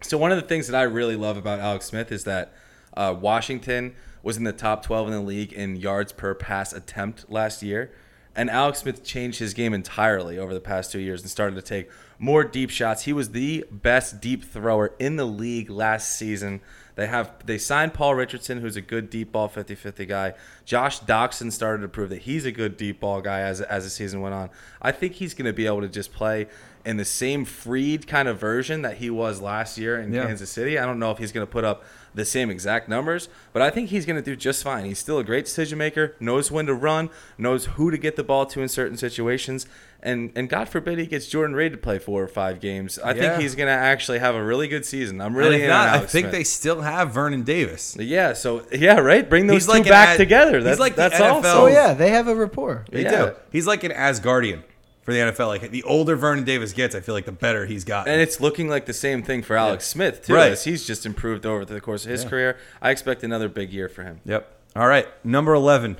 So one of the things that I really love about Alex Smith is that uh, Washington was in the top 12 in the league in yards per pass attempt last year, and Alex Smith changed his game entirely over the past two years and started to take more deep shots. He was the best deep thrower in the league last season. They have they signed Paul Richardson, who's a good deep ball 50-50 guy. Josh Doxson started to prove that he's a good deep ball guy as as the season went on. I think he's going to be able to just play in the same freed kind of version that he was last year in Yeah. Kansas City. I don't know if he's going to put up the same exact numbers, but I think he's going to do just fine. He's still a great decision maker, knows when to run, knows who to get the ball to in certain situations, and and God forbid he gets Jordan Reed to play four or five games. I Yeah. think he's going to actually have a really good season. I'm And really if in not, on I Alex think they Smith. still have Vernon Davis. Yeah, so yeah, right. Bring those He's two like an back ad- together. he's That's like the that's NFL. awesome. Oh yeah, they have a rapport. They Yeah. do. He's like an Asgardian for the NFL. Like, the older Vernon Davis gets, I feel like the better he's gotten. And it's looking like the same thing for Alex Smith too. Right. as he's just improved over the course of his career. I expect another big year for him. yep. All right. Number 11.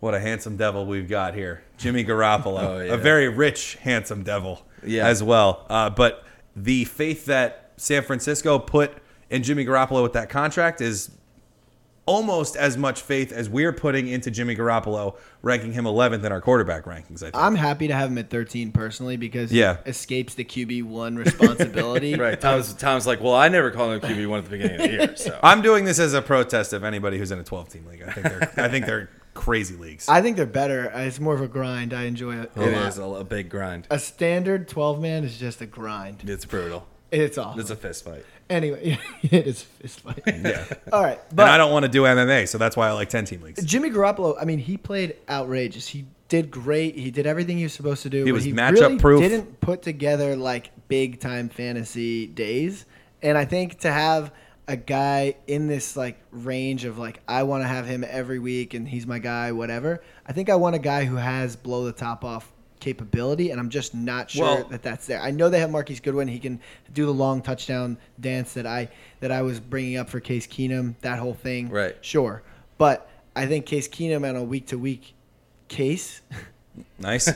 What a handsome devil we've got here. Jimmy Garoppolo. Oh, yeah. A very rich, handsome devil Yeah. as well. Uh, but the faith that San Francisco put in Jimmy Garoppolo with that contract is almost as much faith as we're putting into Jimmy Garoppolo, ranking him 11th in our quarterback rankings. I think. I'm happy to have him at 13 personally because Yeah. he escapes the QB one responsibility. Right. Tom's Tom's like, well, I never called him QB one at the beginning of the year. So I'm doing this as a protest of anybody who's in a 12 team league. I think they're I think they're crazy leagues. I think they're better. It's more of a grind. I enjoy it. a it lot. is a, a big grind. A standard 12 man is just a grind. It's brutal. It's awful. It's a fist fight. anyway, it is fist fight. yeah. All right, but and I don't want to do MMA, so that's why I like 10 team leagues. Jimmy Garoppolo, I mean, he played outrageous. He did great. He did everything he was supposed to do. He was he matchup proof. Didn't put together like big time fantasy days. And I think to have a guy in this like range of like I want to have him every week and he's my guy, whatever. I think I want a guy who has blow the top off capability, and I'm just not sure Well- that that's there. I know they have Marquise Goodwin. He can do the long touchdown dance that I that I was bringing up for Case Keenum. That whole thing, Right. Sure, but I think Case Keenum on a week to week case Nice.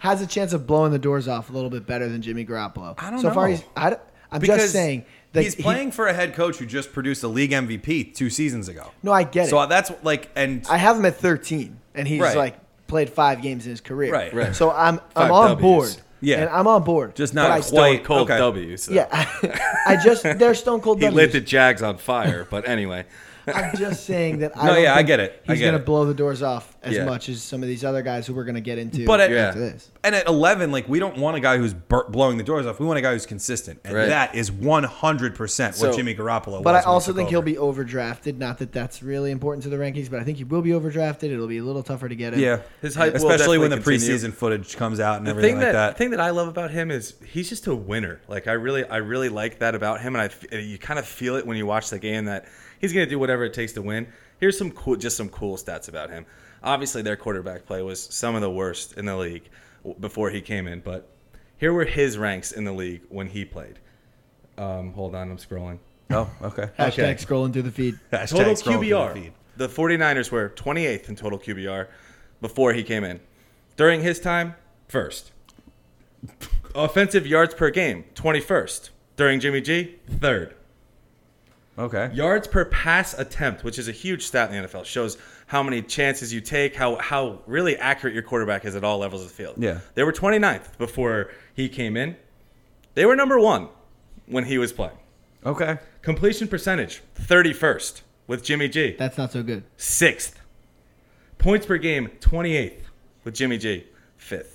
has a chance of blowing the doors off a little bit better than Jimmy Garoppolo. I don't so Far know. he's, I, don't- I'm just saying that he's he- playing for a head coach who just produced a league MVP two seasons ago. no, I get So it. that's like, and I have him at 13, and he's Right. like played five games in his career. Right. Right. So I'm Five I'm on Ws. board. Yeah. and I'm on board. just But I not still- quite Stone Cold okay. W. So. Yeah, I, just they're stone cold. He W's. lit the Jags on fire. But anyway, I'm just saying that. I No, don't yeah, I think get it. I He's get gonna it. blow the doors off as Yeah. much as some of these other guys who we're gonna get into. But at, Yeah. after this, and at 11, like, we don't want a guy who's bur- blowing the doors off. We want a guy who's consistent. And Right. that is 100% what So- Jimmy Garoppolo but was. I when he also took think he'll over. be overdrafted. Not that that's really important to the rankings, but I think he will be overdrafted. It'll be a little tougher to get him. Yeah. His hype will Especially when the definitely preseason footage comes out and the everything thing like that, that. the thing that I love about him is he's just a winner. Like I really I really like that about him, and I f- and you kind of feel it when you watch the game that he's gonna do whatever it takes to win. Here's some cool just some cool stats about him. Obviously, their quarterback play was some of the worst in the league w- before he came in, but here were his ranks in the league when he played. Um, hold on, I'm scrolling. oh, okay. Hashtag Okay. scrolling through the feed. Hashtag total scroll through the QBR. feed. The, 49ers were 28th in total QBR before he came in. During his time, first. Offensive yards per game, 21st. During Jimmy G, third. Okay. Yards per pass attempt, which is a huge stat in the NFL, shows how many chances you take, how how really accurate your quarterback is at all levels of the field. Yeah. They were 29th before he came in. They were number 1 when he was playing. Okay. Completion percentage, 31st with Jimmy G That's not so good. sixth. Points per game, 28th with Jimmy G, fifth.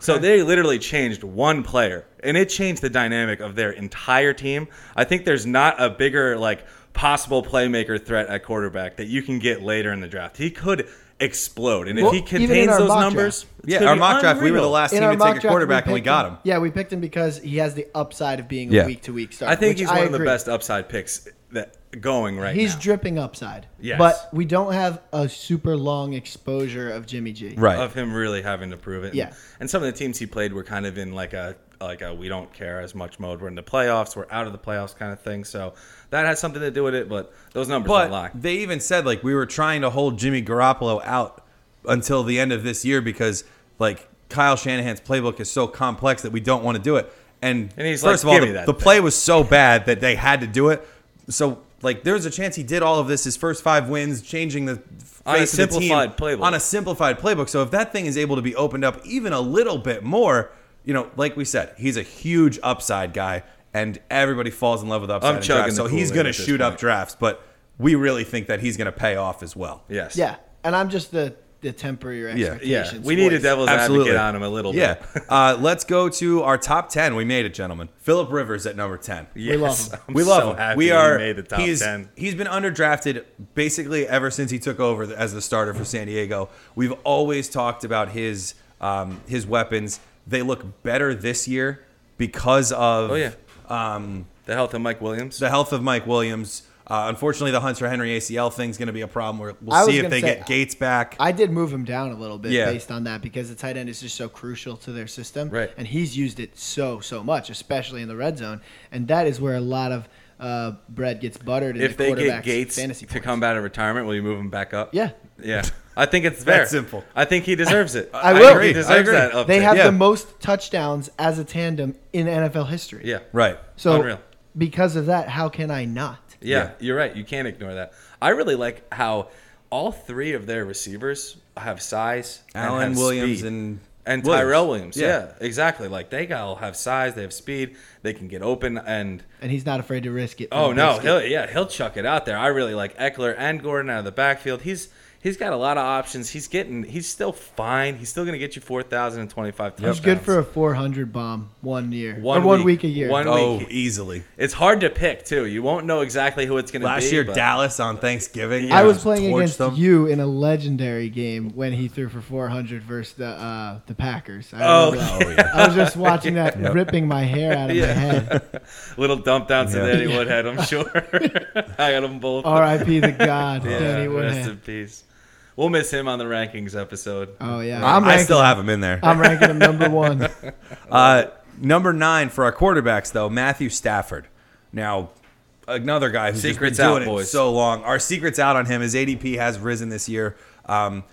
So they literally changed one player, and it changed the dynamic of their entire team. I think there's not a bigger like possible playmaker threat at quarterback that you can get later in the draft. He could explode, and Well, if he even in contains our those mock numbers, draft. it's Yeah, gonna our be mock draft, we were the unreal. last In team our to mock take a draft, quarterback, and we picked got him. Yeah, we picked him because he has the upside of being Yeah. a week to week starter. I think which he's one of the agree. best upside picks that going right He's now. dripping upside. Yes. But we don't have a super long exposure of Jimmy G. Right. of him really having to prove it. And- Yeah. And some of the teams he played were kind of in like a like a we don't care as much mode. We're in the playoffs. We're out of the playoffs kind of thing. So that has something to do with it. But those numbers But don't lie. they even said like we were trying to hold Jimmy Garoppolo out until the end of this year because like Kyle Shanahan's playbook is so complex that we don't want to do it. And, And he's first of like, "Give all, me the, that the thing." play was so bad that they had to do it. So like there's a chance he did all of this his first five wins, changing the face On a of the team simplified playbook. on a simplified playbook. So if that thing is able to be opened up even a little bit more, you know, like we said, he's a huge upside guy, and everybody falls in love with upside. I'm in chugging drafts. the so he's Kool-Aid going to at this shoot up point. drafts, but we really think that he's going to pay off as well. Yes. Yeah. And I'm just the, the temporary expectations. Yeah. We need a voice. devil's Absolutely. advocate on him a little Yeah. bit. uh, let's go to our top 10. We made it, gentlemen. Philip Rivers at number 10. Yes. love him. I'm We love so him. happy we he are. made the top he's, ten. he's been underdrafted basically ever since he took over as the starter for San Diego. We've always talked about his um, his weapons. They look better this year because of Oh yeah. um, The health of Mike Williams. the health of Mike Williams. Uh, unfortunately, the Hunter Henry ACL thing's going to be a problem. We're, I we'll was see if gonna they say- get Gates back. I did move him down a little bit Yeah. based on that because the tight end is just so crucial to their system. Right. And he's used it so, so much, especially in the red zone. And that is where a lot of uh, bread gets buttered in if the they quarterback's get Gates fantasy to points. come out of retirement, will you move him back up? Yeah. Yeah. I think it's fair. That's simple. I think he deserves it. I will. He I deserves agree. that. Update. They have Yeah. the most touchdowns as a tandem in NFL history. Yeah. Right. So Unreal. because of that, how can I not? Yeah, Yeah. you're right. You can't ignore that. I really like how all three of their receivers have size. and Allen have Williams speed. and and Williams. Tyrell Williams. Yeah. exactly. Like they all have size. They have speed. They can get open and. And he's not afraid to risk it. for Oh the no, biscuit. he'll yeah he'll chuck it out there. I really like Eckler and Gordon out of the backfield. He's he's got a lot of options. He's getting he's still fine. He's still gonna get you four thousand and twenty five touchdowns. He's good for a 400 bomb one year One or one week. week, a year. One- Oh, Really- easily. It's hard to pick too. You won't know exactly who it's gonna be. Last year, but- Dallas on Thanksgiving. I yeah, was playing torched against them. you in a legendary game when he threw for 400 versus the uh, the Packers. I Oh, remember that. Oh yeah. I was just watching that, ripping my hair out of Yeah. my head. Little dump downs to Yeah. Danny Woodhead, I'm sure. I got them both. R.I.P. the God, Yeah, Danny rest in Woodhead. peace. We'll miss him on the rankings episode. Oh yeah, I'm Uh, I ranking, still have him in there. I'm ranking him number one. Uh, number nine for our quarterbacks, though, Matthew Stafford. Now, another guy who's just Secret's been doing out, it boys. so long. Our secret's out on him. His ADP has risen this year. Um,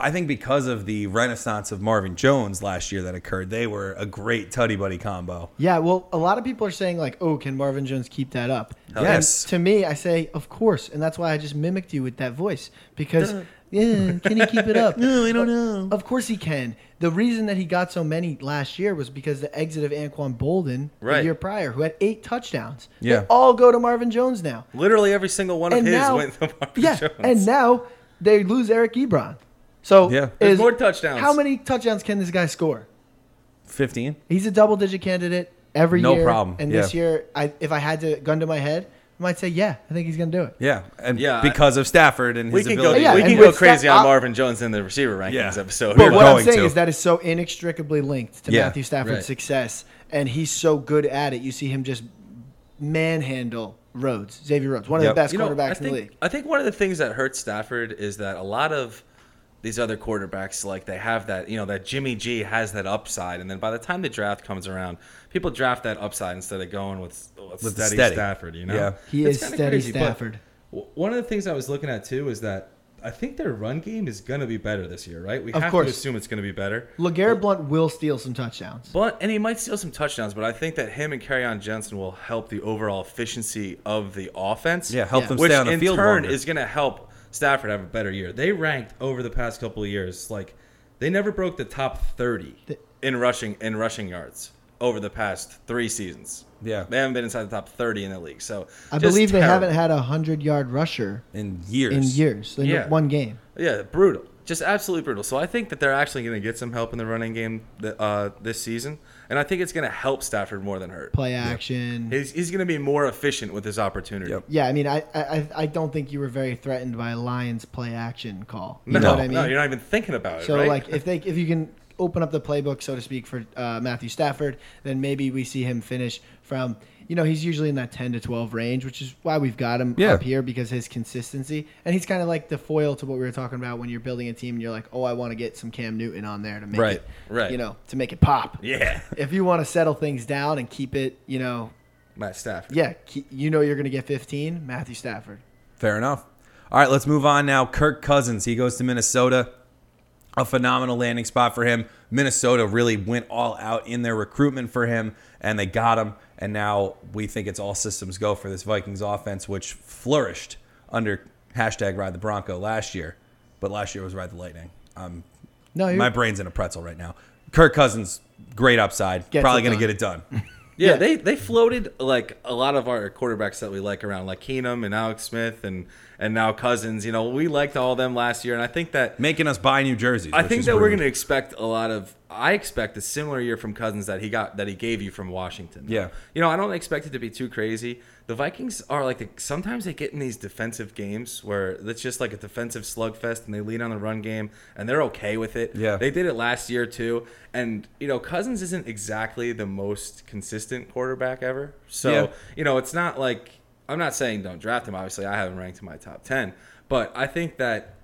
I think because of the renaissance of Marvin Jones last year that occurred, they were a great tutty buddy combo. Yeah, well, a lot of people are saying like, "Oh, can Marvin Jones keep that up?" Oh, And yes. to me, I say, "Of course," and that's why I just mimicked you with that voice because, yeah, can he keep it up? I don't know. Of course he can. The reason that he got so many last year was because the exit of Anquan Bolden Right. the year prior, who had eight touchdowns. Yeah. They all go to Marvin Jones now. Literally every single one of And his now, went to Marvin yeah, Jones. and now they lose Eric Ebron. So Yeah. There's is- more touchdowns. How many touchdowns can this guy score? 15? He's a double digit candidate every No year. problem. And Yeah. this year, I, if I had to gun to my head, I might say, yeah, I think he's going to do it. Yeah. And Yeah, I- because of Stafford and we his can go, ability. Yeah, we and can go with Sta- crazy on I'll- Marvin Jones in the receiver rankings Yeah. episode. But But what I'm going saying to. is that is so inextricably linked to Yeah. Matthew Stafford's Right. success, and he's so good at it. You see him just manhandle Rhodes, Xavier Rhodes, one of Yep. the best You know, I quarterbacks think, in the league. I think one of the things that hurts Stafford is that a lot of these other quarterbacks, like they have that, you know, that Jimmy G has that upside, and then by the time the draft comes around, people draft that upside instead of going with, with With the steady, steady. Stafford. You know, Yeah. He It's is kinda steady crazy, but Stafford. w- One of the things I was looking at too is that I think their run game is going to be better this year, right? We Of have course. to assume it's going to be better. LeGarrette Blunt will steal some touchdowns. Blunt, and he might steal some touchdowns, but I think that him and on Jensen will help the overall efficiency of the offense. Yeah, help Yeah. them which stay on the in field turn longer. is going to help Stafford have a better year. They ranked over the past couple of years like they never broke the top thirty in rushing in rushing yards over the past three seasons. Yeah. they haven't been inside the top thirty in the league. So I just believe they terrible. haven't had a hundred yard rusher in years. in years, in Yeah. one game. Yeah, brutal. Just absolutely brutal. So I think that they're actually going to get some help in the running game th- uh, this season, and I think it's going to help Stafford more than hurt. Play action. He's, he's going to be more efficient with his opportunity. Yep. Yeah, I mean, I, I I- I don't think you were very threatened by Lions play action call. You No, know what I mean? no, you're not even thinking about it. So Uh, right? like if they if you can open up the playbook so to speak for uh, Matthew Stafford, then maybe we see him finish from you know he's usually in that 10 to 12 range, which is why we've got him Yeah. up here because his consistency and he's kind of like the foil to what we were talking about when you're building a team and you're like, "Oh, I want to get some Cam Newton on there to make Right, it right. you know, to make it pop." yeah, If you want to settle things down and keep it, you know, Matt Stafford. yeah, keep, you know you're going to get 15, Matthew Stafford. Fair enough. All right, let's move on now. Kirk Cousins, he goes to Minnesota. A phenomenal landing spot for him. Minnesota really went all out in their recruitment for him, and they got him. And now we think it's all systems go for this Vikings offense, which flourished under hashtag Ride the Bronco last year. But last year was Ride the Lightning. Um, No, you're, my brain's in a pretzel right now. Kirk Cousins, great upside. Gets Probably it going to done. get it done. Yeah, Yeah. they they floated like a lot of our quarterbacks that we like around, like Keenum and Alex Smith and and now Cousins. You know, we liked all them last year, and I think that Making us buy new jerseys. I which think is that we're rude. going to expect a lot of. I expect a similar year from Cousins that he got that he gave you from Washington. Yeah. you know I don't expect it to be too crazy. The Vikings are like the, sometimes they get in these defensive games where it's just like a defensive slugfest and they lean on the run game and they're okay with it. Yeah. they did it last year too, and you know Cousins isn't exactly the most consistent quarterback ever. So Yeah. you know it's not like I'm not saying don't draft him. Obviously, I haven't ranked in my top ten, but I think that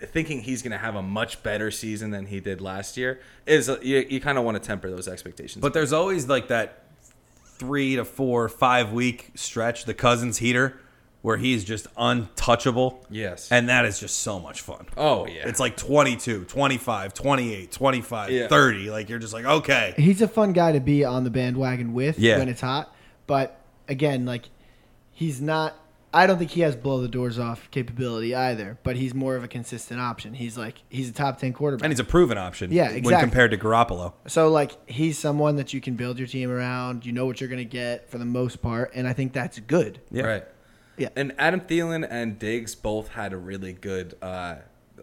thinking he's going to have a much better season than he did last year is uh, you, you kind of want to temper those expectations. But there's always like that three to four, five week stretch, the Cousins heater, where he's just untouchable. Yes. And that is just so much fun. Oh yeah. It's like 22, 25, 28, 25, Yeah. 30. Like you're just like, okay. he's a fun guy to be on the bandwagon with Yeah. when it's hot. But again, like he's not. I don't think he has blow the doors off capability either. But he's more of a consistent option. He's like he's a top ten quarterback. And he's a proven option Yeah, when exactly. compared to Garoppolo. so like he's someone that you can build your team around. You know what you're gonna get for the most part, and I think that's good. Yeah. Right. Yeah. And Adam Thielen and Diggs both had a really good. uh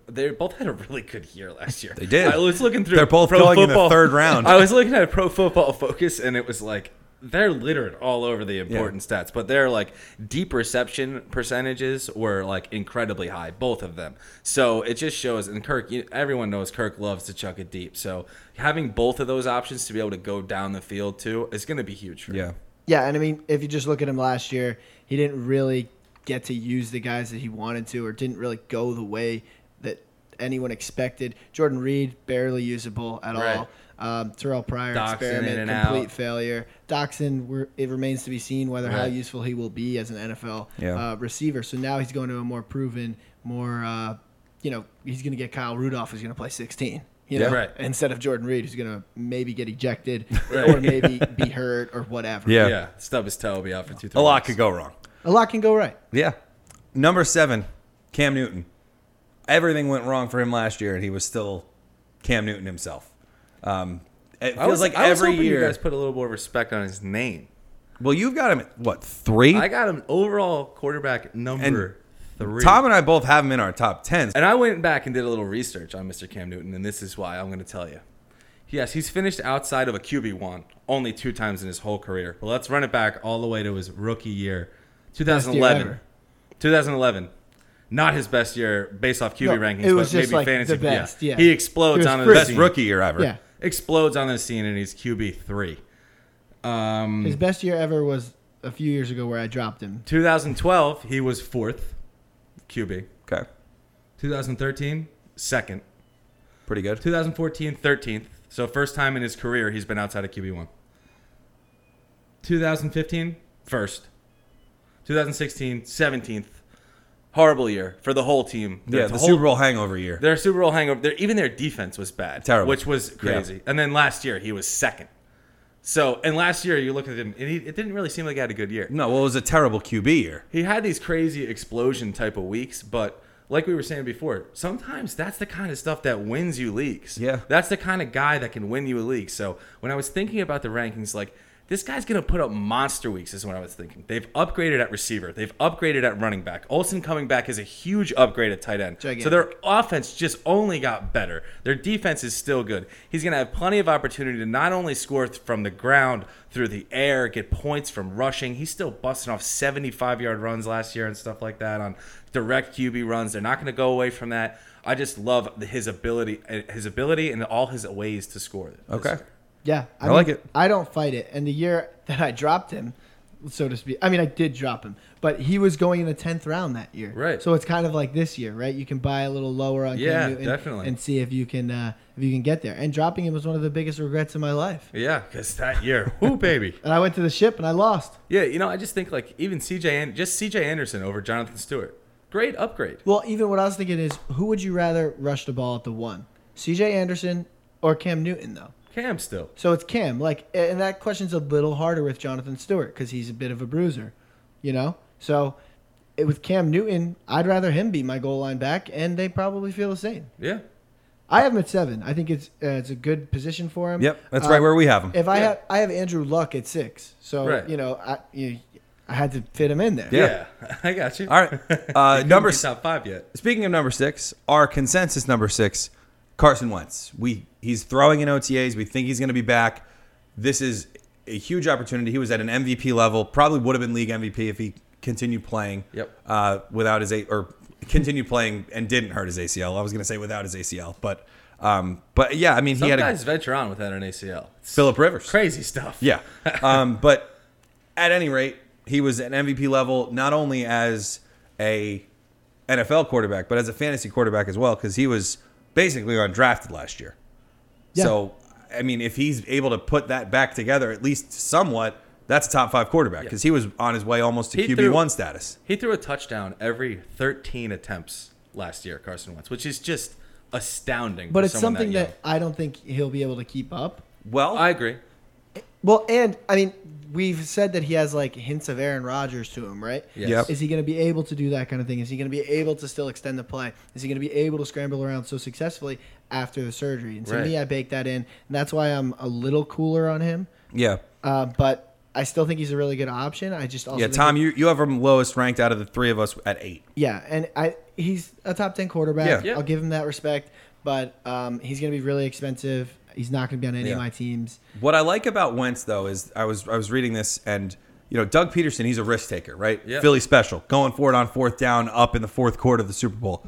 They both had a really good year last year. They did. I was looking through. They're both going in the third round. I was looking at Pro Football Focus, and it was like they're littered all over the important stats, but their like deep reception percentages were like incredibly high, both of them. So it just shows. And Kirk, you, everyone knows Kirk loves to chuck it deep. So having both of those options to be able to go down the field too is going to be huge. For him. Yeah. Yeah, and I mean, if you just look at him last year, he didn't really get to use the guys that he wanted to, or didn't really go the way that anyone expected. Jordan Reed barely usable at Right. all. Um, Terrell Pryor Doxson in experiment and complete out. failure. Doxson, we're- it remains to be seen whether how Right. useful he will be as an NFL Yeah. uh, receiver. So now he's going to a more proven, more uh, you know, he's going to get Kyle Rudolph, who's going to play 16. You know, Yeah. Right. instead of Jordan Reed, who's going to maybe get ejected Right. or maybe be hurt or whatever. Yeah. Yeah, stub his toe, be out for two. A lot three could weeks. go wrong. A lot can go right. Yeah. Number seven, Cam Newton. Everything went wrong for him last year, and he was still Cam Newton himself. Um, it feels I was like I was every hoping year. you guys put a little more respect on his name. well, you've got him at what three? I got him overall quarterback number three. Tom and I both have him in our top tens. and I went back and did a little research on Mr. Cam Newton, and this is why I'm going to tell you. Yes, he's finished outside of a QB one only two times in his whole career. But let's run it back all the way to his rookie year, 2011. ever. 2011. Not his best year based off QB No, rankings, it was but just maybe like fantasy. the best, yeah. He He explodes was on his pretty- Best rookie year ever. Yeah. Explodes on the scene, and he's QB three. Um, His best year ever was a few years ago where I dropped him. 2012, he was fourth QB. Okay. 2013, second. Pretty good. 2014, 13th. So, first time in his career he's been outside of QB1. 2015, first. 2016, 17th. Horrible year for the whole team. Their yeah, the whole- Super Bowl hangover year. Their Super Bowl hangover, their, even their defense was bad. Terrible. Which was Yeah. crazy. And then last year, he was second. So, and last year, you look at him, and he, it didn't really seem like he had a good year. No, well, it was a terrible QB year. he had these crazy explosion type of weeks, but like we were saying before, sometimes that's the kind of stuff that wins you leagues. Yeah. That's the kind of guy that can win you a league. So when I was thinking about the rankings, like this guy's gonna put up monster weeks is what I was thinking. They've upgraded at receiver. They've upgraded at running back. Olsen coming back is a huge upgrade at tight end. Gigantic. So their offense just only got better. Their defense is still good. He's going to have plenty of opportunity to not only score th- from the ground, through the air, get points from rushing. He's still busting off 75 yard runs last year and stuff like that on direct QB runs. They're not going to go away from that. I just love the- his ability, uh, his ability, and all his ways to score. this Okay. year. Yeah, I, like it. I don't fight it. And the year that I dropped him, so to speak, I mean, I did drop him, but he was going in the tenth round that year. Right. So it's kind of like this year, right? You can buy a little lower on Cam Yeah, Newton definitely. and see if you can uh, if you can get there. And dropping him was one of the biggest regrets in my life. Yeah, because that year, whoo baby. And I went to the ship and I lost. Yeah, you know, I just think like even CJ and just CJ Anderson over Jonathan Stewart, great upgrade. Well, even what I was thinking is, who would you rather rush the ball at the one, C.J. Anderson or Cam Newton? Though. Cam still. So it's Cam. Like, and that question's a little harder with Jonathan Stewart because he's a bit of a bruiser, you know. So it, with Cam Newton, I'd rather him be my goal line back, and they probably feel the same. Yeah. I have him at seven. I think it's uh, it's a good position for him. Yep, that's Uh, right where we have him. If I Yeah. have I have Andrew Luck at six, so Right. you know I you, I had to fit him in there. Yeah. Yeah, I got you. All right. They Uh, couldn't number be top five yet. Speaking of number six, our consensus number six, Carson Wentz. We he's throwing in OTAs. We think he's going to be back. This is a huge opportunity. He was at an MVP level. Probably would have been league MVP if he continued playing. Yep. Uh, without his a or continued playing and didn't hurt his ACL. I was going to say without his ACL, but um, but yeah, I mean Some he had guys a venture on without an ACL. It's Philip Rivers. crazy stuff. Yeah. Um, but at any rate, he was an MVP level not only as a NFL quarterback, but as a fantasy quarterback as well, because he was basically undrafted last year. Yeah. So, I mean, if he's able to put that back together, at least somewhat, That's a top five quarterback because he was on his way almost to He QB one status. He threw a touchdown every 13 attempts last year, Carson Wentz, which is just astounding. But for it's someone something young. that I don't think he'll be able to keep up. Well, I agree. Well, and I mean, we've said that he has like hints of Aaron Rodgers to him, right? Yes. Yep. Is he going to be able to do that kind of thing? Is he going to be able to still extend the play? Is he going to be able to scramble around so successfully after the surgery? And to Right. me, I baked that in. And that's why I'm a little cooler on him. yeah, Uh, but I still think he's a really good option. I just also yeah. think Tom, you you have him lowest ranked out of the three of us at eight. Yeah, and I he's a top ten quarterback. Yeah. Yeah. I'll give him that respect, but um, he's going to be really expensive. He's not going to be on any Yeah. of my teams. What I like about Wentz though is I was I was reading this and you know Doug Peterson he's a risk taker right Yeah. Philly special going for it on fourth down up in the fourth quarter of the Super Bowl.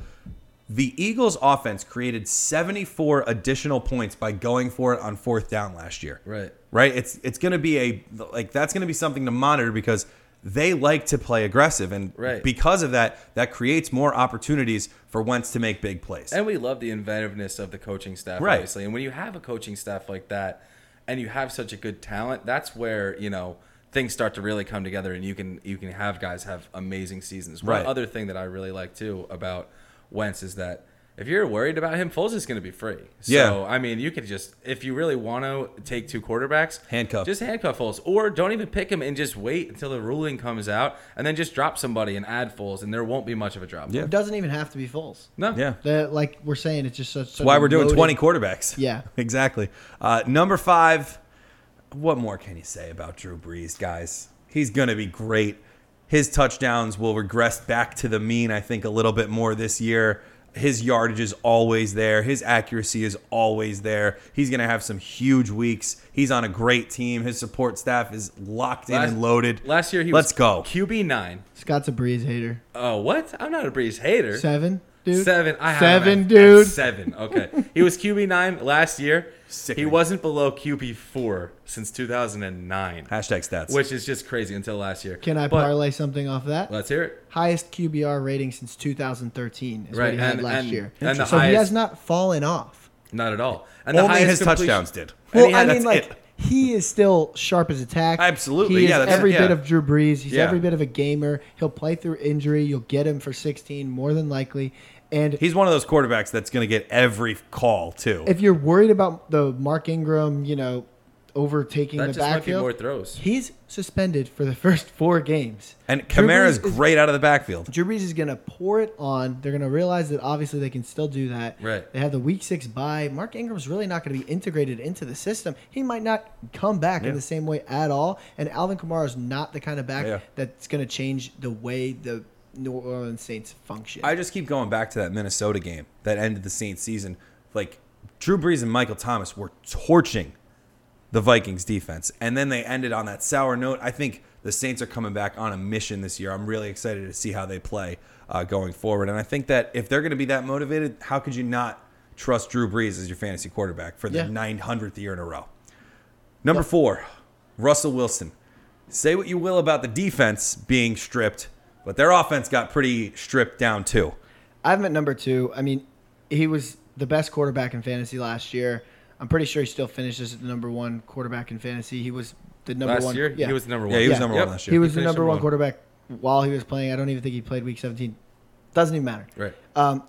The Eagles offense created 74 additional points by going for it on fourth down last year. Right. Right? It's it's going to be a like that's going to be something to monitor because they like to play aggressive and Right. because of that that creates more opportunities for Wentz to make big plays. And we love the inventiveness of the coaching staff, Right. obviously. And when you have a coaching staff like that and you have such a good talent, that's where, you know, things start to really come together and you can you can have guys have amazing seasons. One Right. other thing that I really like too about Wentz is that if you're worried about him, Foles is going to be free. So, Yeah. I mean, you could just, if you really want to take two quarterbacks, Handcuff. Just handcuff Foles. Or don't even pick him and just wait until the ruling comes out and then just drop somebody and add Foles, and there won't be much of a drop. Yeah. It doesn't even have to be Foles. No. yeah. The, like we're saying, it's just such. such why a we're doing loaded- 20 quarterbacks. Yeah. exactly. Uh, number five. What more can you say about Drew Brees, guys? He's going to be great. His touchdowns will regress back to the mean, I think, a little bit more this year. His yardage is always there. His accuracy is always there. He's going to have some huge weeks. He's on a great team. His support staff is locked in and loaded. Last year he Let's go. was QB nine. Scott's a breeze hater. Oh what? I'm not a Breeze hater. Seven, dude. Seven. I have seven, him at- at dude. Seven. Okay. he was QB nine last year. Sickening. He wasn't below QB four since 2009, Hashtag stats. which is just crazy until last year. Can I But- parlay something off that? Let's hear it. highest QBR rating since 2013 is what Right, he had and- last and- year. and the so he highest- has not fallen off. Not at all. And Only his highest completion- touchdowns did. And Well, he I had- mean, that's like it. he is still sharp as a tack. Absolutely, he is yeah, that's- every yeah. bit of Drew Brees. He's Yeah. every bit of a gamer. He'll play through injury. You'll get him for 16 more than likely. And He's one of those quarterbacks that's going to get every call, too. if you're worried about the Mark Ingram, you know, overtaking That the just might be backfield, more throws. he's suspended for the first four games. and Drew Kamara's Brees is- great out of the backfield. Drew Brees is going to pour it on. They're going to realize that obviously they can still do that. Right. They have the week six bye. Mark Ingram's really not going to be integrated into the system. He might not come back Yeah. in the same way at all. And Alvin Kamara is not the kind of back Yeah. that's going to change the way the New Orleans Saints function. I just keep going back to that Minnesota game that ended the Saints season. Like Drew Brees and Michael Thomas were torching the Vikings defense, and then they ended on that sour note. I think the Saints are coming back on a mission this year. I'm really excited to see how they play uh, going forward, and I think that if they're going to be that motivated, how could you not trust Drew Brees as your fantasy quarterback for the Yeah. 900th year in a row? Number four, Russell Wilson. Say what you will about the defense being stripped, but their offense got pretty stripped down too. I have him at number two. I mean, he was the best quarterback in fantasy last year. I'm pretty sure he still finishes as the number one quarterback in fantasy. He was the number Last one. year yeah. he was number one. Yeah, he was Yeah. number Yep. one last year. He was the finished number number one, one. quarterback while he was playing. I don't even think he played week 17. Doesn't even matter. Right. Um,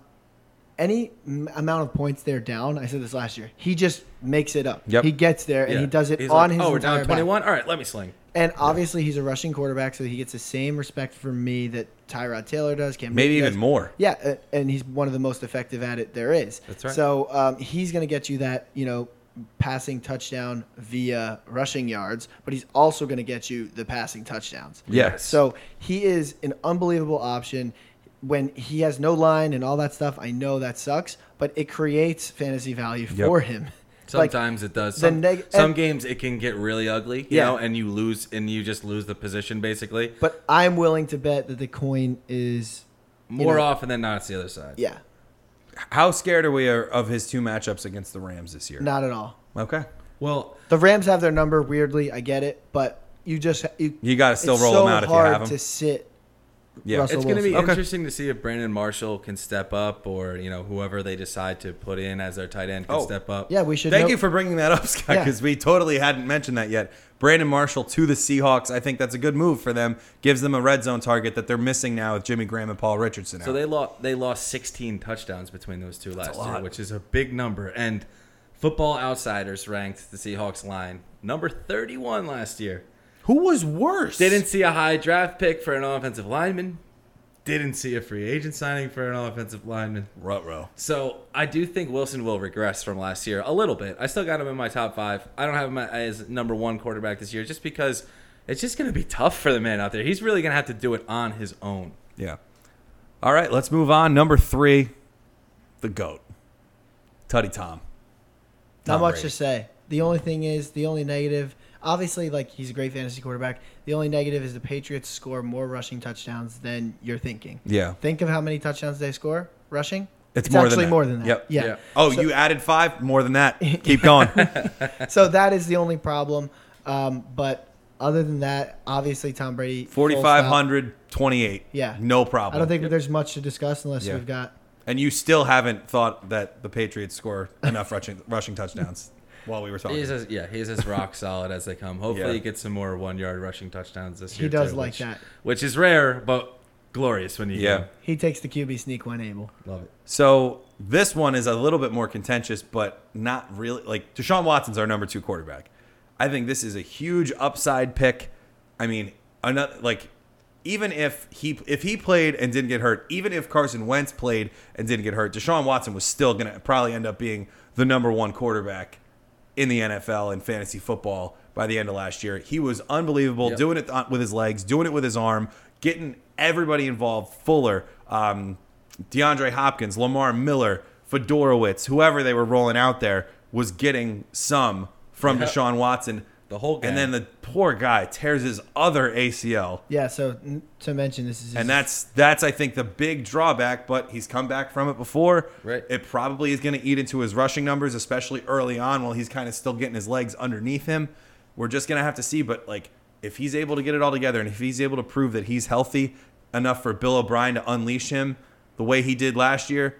any m- amount of points they're down, I said this last year, he just makes it up. Yep. He gets there and Yeah. he does it He's on like, his Oh, we're entire down back. 21. All right, let me sling. And obviously, he's a rushing quarterback, so he gets the same respect from me that Tyrod Taylor does. Cam Maybe Newton even does. more. Yeah, uh, and he's one of the most effective at it there is. That's right. So um, he's going to get you that, you know, passing touchdown via rushing yards, but he's also going to get you the passing touchdowns. Yes. So he is an unbelievable option. When he has no line and all that stuff, I know that sucks, but it creates fantasy value Yep. for him. Like, Sometimes it does. the Some, neg- some and- games it can get really ugly, you Yeah. know, and you lose and you just lose the position basically. but I'm willing to bet that the coin is you More know, often than not, it's the other side. Yeah, How scared are we of his two matchups against the Rams this year? not at all. Okay. Well, The Rams have their number. Weirdly, I get it, but you just you You gotta still it's roll so them out if you hard have 'em. To sit Yeah. Russell It's It's going to Wilson. be Okay. interesting to see if Brandon Marshall can step up, or you know whoever they decide to put in as their tight end can Oh. step up. Yeah, we should. Thank know- you for bringing that up, Scott, Yeah. because we totally hadn't mentioned that yet. Brandon Marshall to the Seahawks. I think that's a good move for them. Gives them a red zone target that they're missing now with Jimmy Graham and Paul Richardson. So out. they lost they lost 16 touchdowns between those two last year, lot. which is a big number. And Football Outsiders ranked the Seahawks line number 31 last year. Who was worse? Didn't see a high draft pick for an offensive lineman. Didn't see a free agent signing for an offensive lineman. Rutrow. So I do think Wilson will regress from last year a little bit. I still got him in my top five. I don't have him as number one quarterback this year just because it's just going to be tough for the man out there. He's really going to have to do it on his own. Yeah. All right, let's move on. Number three, the goat, Tutty Tom. Not Tom much Brady. to say. The only thing is, the only negative, obviously, like he's a great fantasy quarterback. The only negative is the Patriots score more rushing touchdowns than you're thinking. Yeah. Think of how many touchdowns they score rushing. It's, more than actually that. more than that. Yep. Yeah. Yeah. Oh, you added five? More than that. Keep going. So that is the only problem. Um, but other than that, obviously Tom Brady full stop. 4,528. Yeah. No problem. I don't think there's much to discuss unless Yeah. we've got And you still haven't thought that the Patriots score enough rushing, rushing touchdowns while we were talking. He's as, yeah, he's as rock solid as they come. Hopefully, Yeah. he gets some more one yard rushing touchdowns this He year. does too, like which- that. which is rare but glorious when you Yeah. he takes the QB sneak when able. can. love it. So this one is a little bit more contentious, but not really. Like Deshaun Watson's our number two quarterback. I think this is a huge upside pick. I mean, another like even if he if he played and didn't get hurt, even if Carson Wentz played and didn't get hurt, Deshaun Watson was still going to probably end up being the number one quarterback in the NFL and fantasy football by the end of last year. He was unbelievable, Yep. doing it th- with his legs, doing it with his arm, getting everybody involved. Fuller, um, DeAndre Hopkins, Lamar Miller, Fedorowicz, whoever they were rolling out there was getting some from Yep. Deshaun Watson. The whole And then gang. the poor guy tears his other ACL. Yeah. So n- to mention, this is his, And that's that's I think the big drawback, but he's come back from it before. Right. It probably is going to eat into his rushing numbers, especially early on while he's kind of still getting his legs underneath him. We're just going to have to see, but like if he's able to get it all together and if he's able to prove that he's healthy enough for Bill O'Brien to unleash him the way he did last year,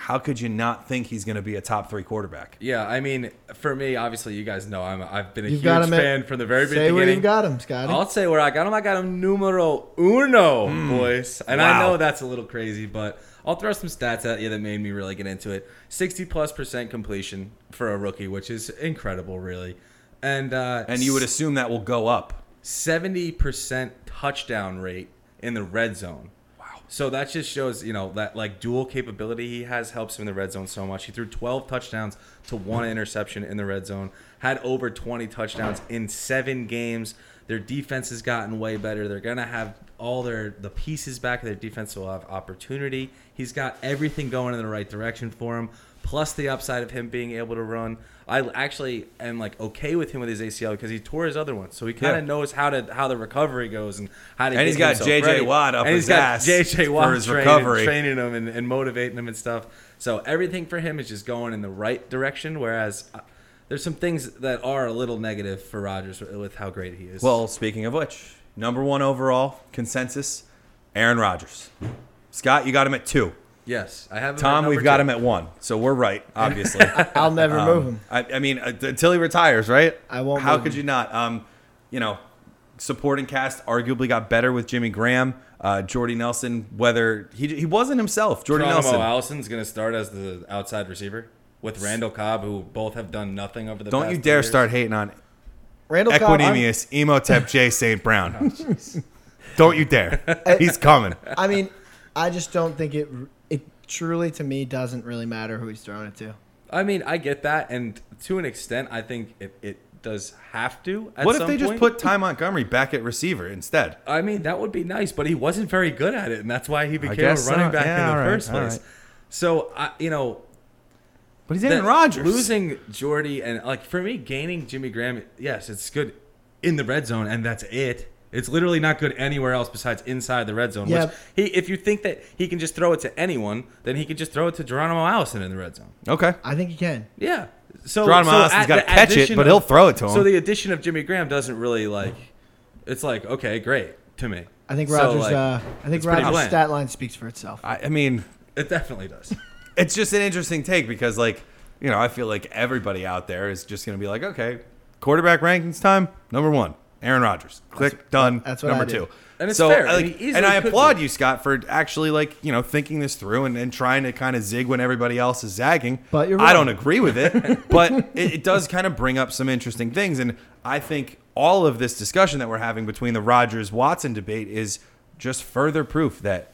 how could you not think he's going to be a top 3 quarterback? Yeah, I mean, for me, obviously, you guys know I'm I've been a you've huge got him at- fan from the very say beginning. where you've got him, Scotty. I'll say where I got him. I got him numero uno, boys. And I Hmm. Wow. know that's a little crazy, but I'll throw some stats at you that made me really get into it. 60 plus percent completion for a rookie, which is incredible, really. And uh, And you would assume that will go up. 70% touchdown rate in the red zone. Wow. So that just shows, you know, that like dual capability he has helps him in the red zone so much. He threw 12 touchdowns to one interception in the red zone, had over 20 touchdowns in 7 games. Their defense has gotten way better. They're going to have all their the pieces back of their defense will have opportunity. He's got everything going in the right direction for him plus the upside of him being able to run. I actually am like okay with him with his ACL because he tore his other one, so he kind Yeah. of knows how to how the recovery goes and how to. And get he's got himself JJ ready. Watt up and his he's got ass JJ for Watt his training, recovery. training him and, and motivating him and stuff. So everything for him is just going in the right direction. Whereas uh, there's some things that are a little negative for Rodgers with how great he is. Well, speaking of which, number 1 overall consensus Aaron Rodgers. Scott, you got him at 2. yes, I have him at Tom, number we've got two. him at one, so we're right, obviously. I'll Um, never move him. I, I mean, uh, until he retires, right? I won't How move could him. you not? Um, you know, supporting cast arguably got better with Jimmy Graham, uh, Jordy Nelson. Whether he he wasn't himself, Jordy Geronimo Nelson. Allison's going to start as the outside receiver with Randall Cobb, who both have done nothing over the. Don't past you three dare years. start hating on Randall Cobb. I'm- Equinemius, Emotep J. St. Brown. Don't you dare. He's coming. I mean, I just don't think it. It truly, to me, doesn't really matter who he's throwing it to. I mean, I get that, and to an extent, I think it, it does have to. At What if some they just point. put Ty Montgomery back at receiver instead? I mean, that would be nice, but he wasn't very good at it, and that's why he became a guess running not. back Yeah, in the all right, first all place. right. So, I, you know, But he's Aaron that- Rodgers. losing Jordy and like for me, gaining Jimmy Graham, yes, it's good in the red zone, and that's it. It's literally not good anywhere else besides inside the red zone. Yeah. Which he, if you think that he can just throw it to anyone, then he could just throw it to Geronimo Allison in the red zone. Okay. I think he can. Yeah. So Geronimo so Allison's at gotta the catch it, addition but he'll throw it to him. So the addition of Jimmy Graham doesn't really like. It's like okay, great to me. I think So, Rogers. like, uh, I think it's pretty Rogers' bland. stat line speaks for itself. I, I mean, It definitely does. it's just an interesting take because, like, you know, I feel like everybody out there is just going to be like, okay, quarterback rankings time, number one, Aaron Rodgers. Click, done, that's what number I did. two. And it's so, fair, I, and like- he easily and I could applaud be. you, Scott, for actually, like, you know, thinking this through and, and trying to kind of zig when everybody else is zagging. But you're I don't wrong. agree with it, but it, it does kind of bring up some interesting things. And I think all of this discussion that we're having between the Rodgers Watson debate is just further proof that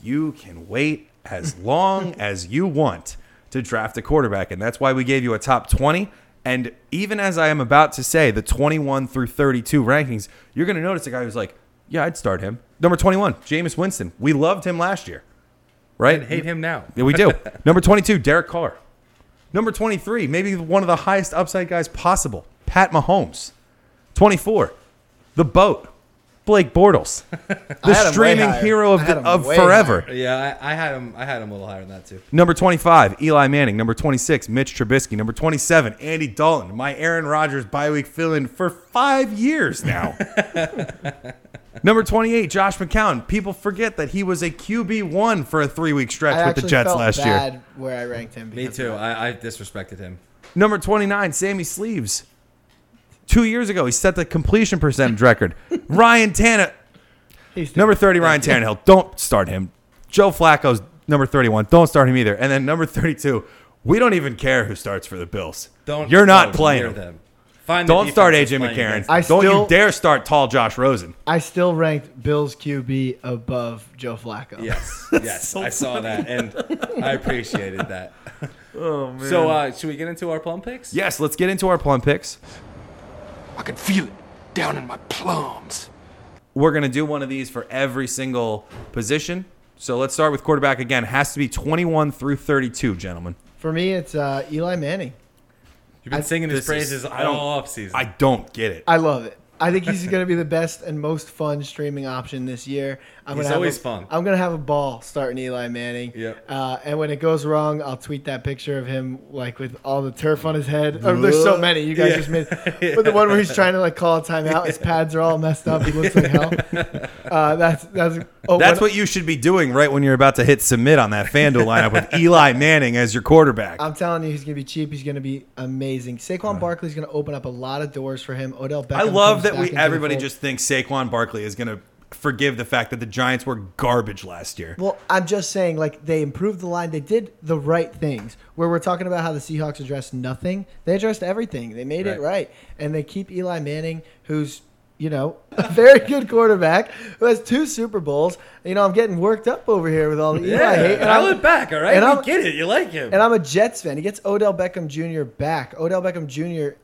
you can wait as long as you want to draft a quarterback. And that's why we gave you a top 20. And even as I am about to say, the 21 through 32 rankings, you're going to notice a guy who's like, yeah, I'd start him. Number 21, Jameis Winston. We loved him last year, right? Hate him now. Yeah, we do. Number 22, Derek Carr. Number 23, maybe one of the highest upside guys possible, Pat Mahomes. 24, The Boat, Blake Bortles, the had him way streaming higher. hero I of, had the, him of way forever. Yeah, I, I had him. I had him a little higher than that too. Number 25, Eli Manning. Number 26, Mitch Trubisky. Number 27, Andy Dalton. My Aaron Rodgers bye week fill in for five years now. Number 28, Josh McCown. People forget that he was a QB1 for a three week stretch I with the actually Jets felt last year. bad Where I ranked him. Me because too. of that. I, I disrespected him. Number 29, Sammy Sleeves. Two years ago, he set the completion percentage record. Ryan Tannehill. He's Number 30, Ryan Tannehill. Don't start him. Joe Flacco's number 31. Don't start him either. And then number 32, we don't even care who starts for the Bills. Don't. You're not don't playing near him. them. Find the Don't start defense AJ that's playing McCarron. I don't still- you dare start tall Josh Rosen. I still ranked Bills QB above Joe Flacco. against- Yes, yes, I saw that, and I appreciated that. Oh man. So, uh, should we get into our plum picks? Yes, let's get into our plum picks. I can feel it down in my plums. We're going to do one of these for every single position. So let's start with quarterback again. Has to be 21 through 32, gentlemen. For me, it's uh, Eli Manning. You've been I- singing his this is- praises I don't- all offseason. I don't get it. I love it. I think he's going to be the best and most fun streaming option this year. I'm He's gonna have always a- fun. I'm going to have a ball starting Eli Manning. Yep. Uh, and when it goes wrong, I'll tweet that picture of him like with all the turf on his head. Or, there's so many you guys Yeah. just made. But the one where he's trying to like call a timeout, his pads are all messed up. He looks like hell. Uh, that's that's oh, That's when- what you should be doing right when you're about to hit submit on that FanDuel lineup with Eli Manning as your quarterback. I'm telling you, he's going to be cheap. He's going to be amazing. Saquon Barkley's going to open up a lot of doors for him. Odell Beckham. I love comes that back we into the everybody fold. just thinks Saquon Barkley is going to forgive the fact that the Giants were garbage last year. Well, I'm just saying, like they improved the line. They did the right things. Where we're talking about how the Seahawks addressed nothing, they addressed everything. They made it Right. right, and they keep Eli Manning, who's you know a very good quarterback who has two Super Bowls. You know, I'm getting worked up over here with all the yeah, Eli hate, and and I I'm, went back. All right, and we I'm- get it. You like him. and I'm a Jets fan. He gets Odell Beckham Jr. back. Odell Beckham Jr.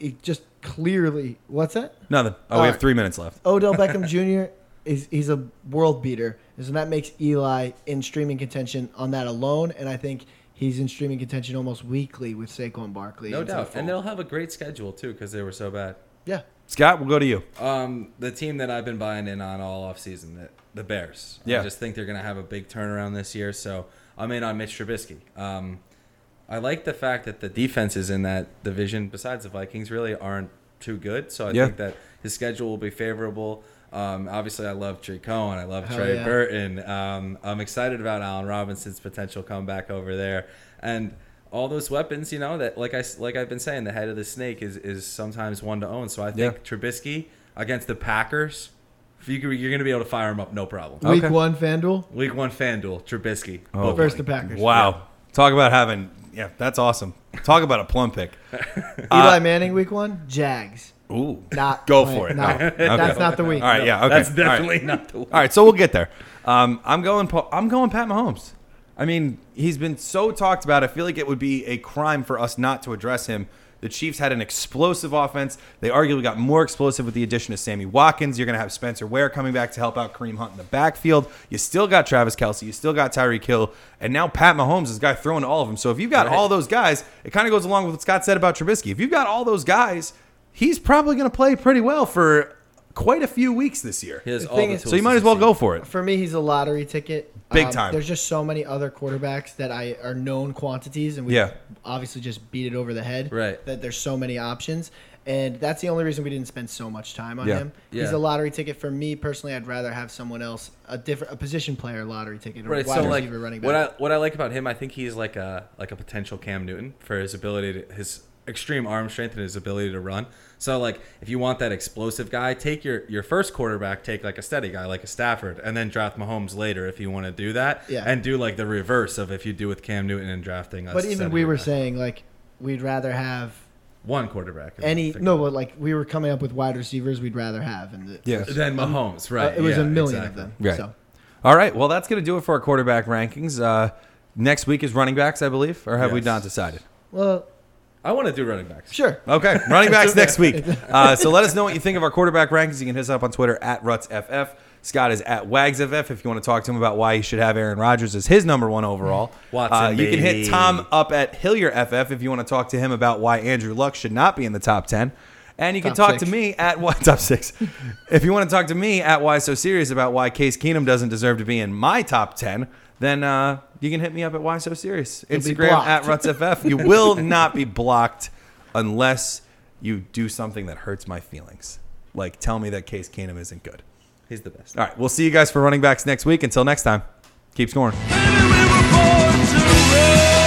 He just clearly what's that? Nothing. Oh, we All have right. three minutes left. Odell Beckham Jr. is he's a world beater, and so that makes Eli in streaming contention on that alone. And I think he's in streaming contention almost weekly with Saquon Barkley. no into the doubt, and fold. they'll have a great schedule too because they were so bad. yeah, Scott, we'll go to you. Um, the team that I've been buying in on all offseason, the, the Bears. Yeah. I just think they're going to have a big turnaround this year. So I'm in on Mitch Trubisky. Um, I like the fact that the defenses in that division, besides the Vikings, really aren't too good. So I Yeah. think that his schedule will be favorable. Um, obviously, I love Trey Cohen. I love Hell Trey yeah. Burton. Um, I'm excited about Allen Robinson's potential comeback over there, and all those weapons. You know that, like I s- like I've been saying, the head of the snake is is sometimes one to own. So I think Yeah. Trubisky against the Packers, if you, could- you're going to be able to fire him up, no problem. Uh, week Okay. one FanDuel Week one, Fanduel, Trubisky. Oh, my- versus the Packers. Wow. Talk about having. Yeah, that's awesome. Talk about a plum pick. Uh, Eli Manning week one Jags. Ooh. Not go playing- for it. No, No. Okay. that's not the week. All right. Yeah. Okay. That's All right. definitely not the. All right, so we'll get there. Um, I'm going. Pa- I'm going Pat Mahomes. I mean, he's been so talked about. I feel like it would be a crime for us not to address him. The Chiefs had an explosive offense. They arguably got more explosive with the addition of Sammy Watkins. You're going to have Spencer Ware coming back to help out Kareem Hunt in the backfield. You still got Travis Kelsey. You still got Tyreek Hill. And now Pat Mahomes is the guy throwing to all of them. So if you've got Right. all those guys, it kind of goes along with what Scott said about Trubisky. If you've got all those guys, he's probably going to play pretty well for quite a few weeks this year. He has The all thing the is- tools. So you might to as well succeed. go for it. For me, he's a lottery ticket. Um, Big time. There's just so many other quarterbacks that I are known quantities, and we Yeah. obviously just beat it over the head. Right. That there's so many options, And that's the only reason we didn't spend so much time on Yeah. him. Yeah. He's a lottery ticket for me personally. I'd rather have someone else, a different, a position player lottery ticket, or Right. wide So like, receiver, running back. what I what I like about him, I think he's like a like a potential Cam Newton for his ability to his extreme arm strength and his ability to run. So like, if you want that explosive guy, take your your first quarterback, take like a steady guy like a Stafford, and then draft Mahomes later if you want to do that. Yeah. And do like the reverse of if you do with Cam Newton and drafting. a but even steady we were guy. saying like we'd rather have one quarterback. and any then no, but like we were coming up with wide receivers we'd rather have, and the, Yeah. Then Mahomes, uh, right? it was yeah, a million exactly. of them. Right. So All right. Well, that's going to do it for our quarterback rankings. Uh, next week is running backs, I believe, or have we Yes. not decided? well, I want to do running backs. sure. Okay, running backs next week. Uh, so let us know what you think of our quarterback rankings. You can hit us up on Twitter at RutsFF. Scott is at WagsFF if you want to talk to him about why he should have Aaron Rodgers as his number one overall. Mm-hmm. Watson, uh, you can hit baby. Tom up at HillierFF if you want to talk to him about why Andrew Luck should not be in the top 10. And you can Top talk six. to me at why top six. if you want to talk to me at why so serious about why Case Keenum doesn't deserve to be in my top 10, then uh, you can hit me up at why so serious. be Instagram blocked. at RutsFF. You will not be blocked unless you do something that hurts my feelings. Like tell me that Case Keenum isn't good. He's the best. All right, we'll see you guys for running backs next week. Until next time, keep scoring. Baby, we were born to run.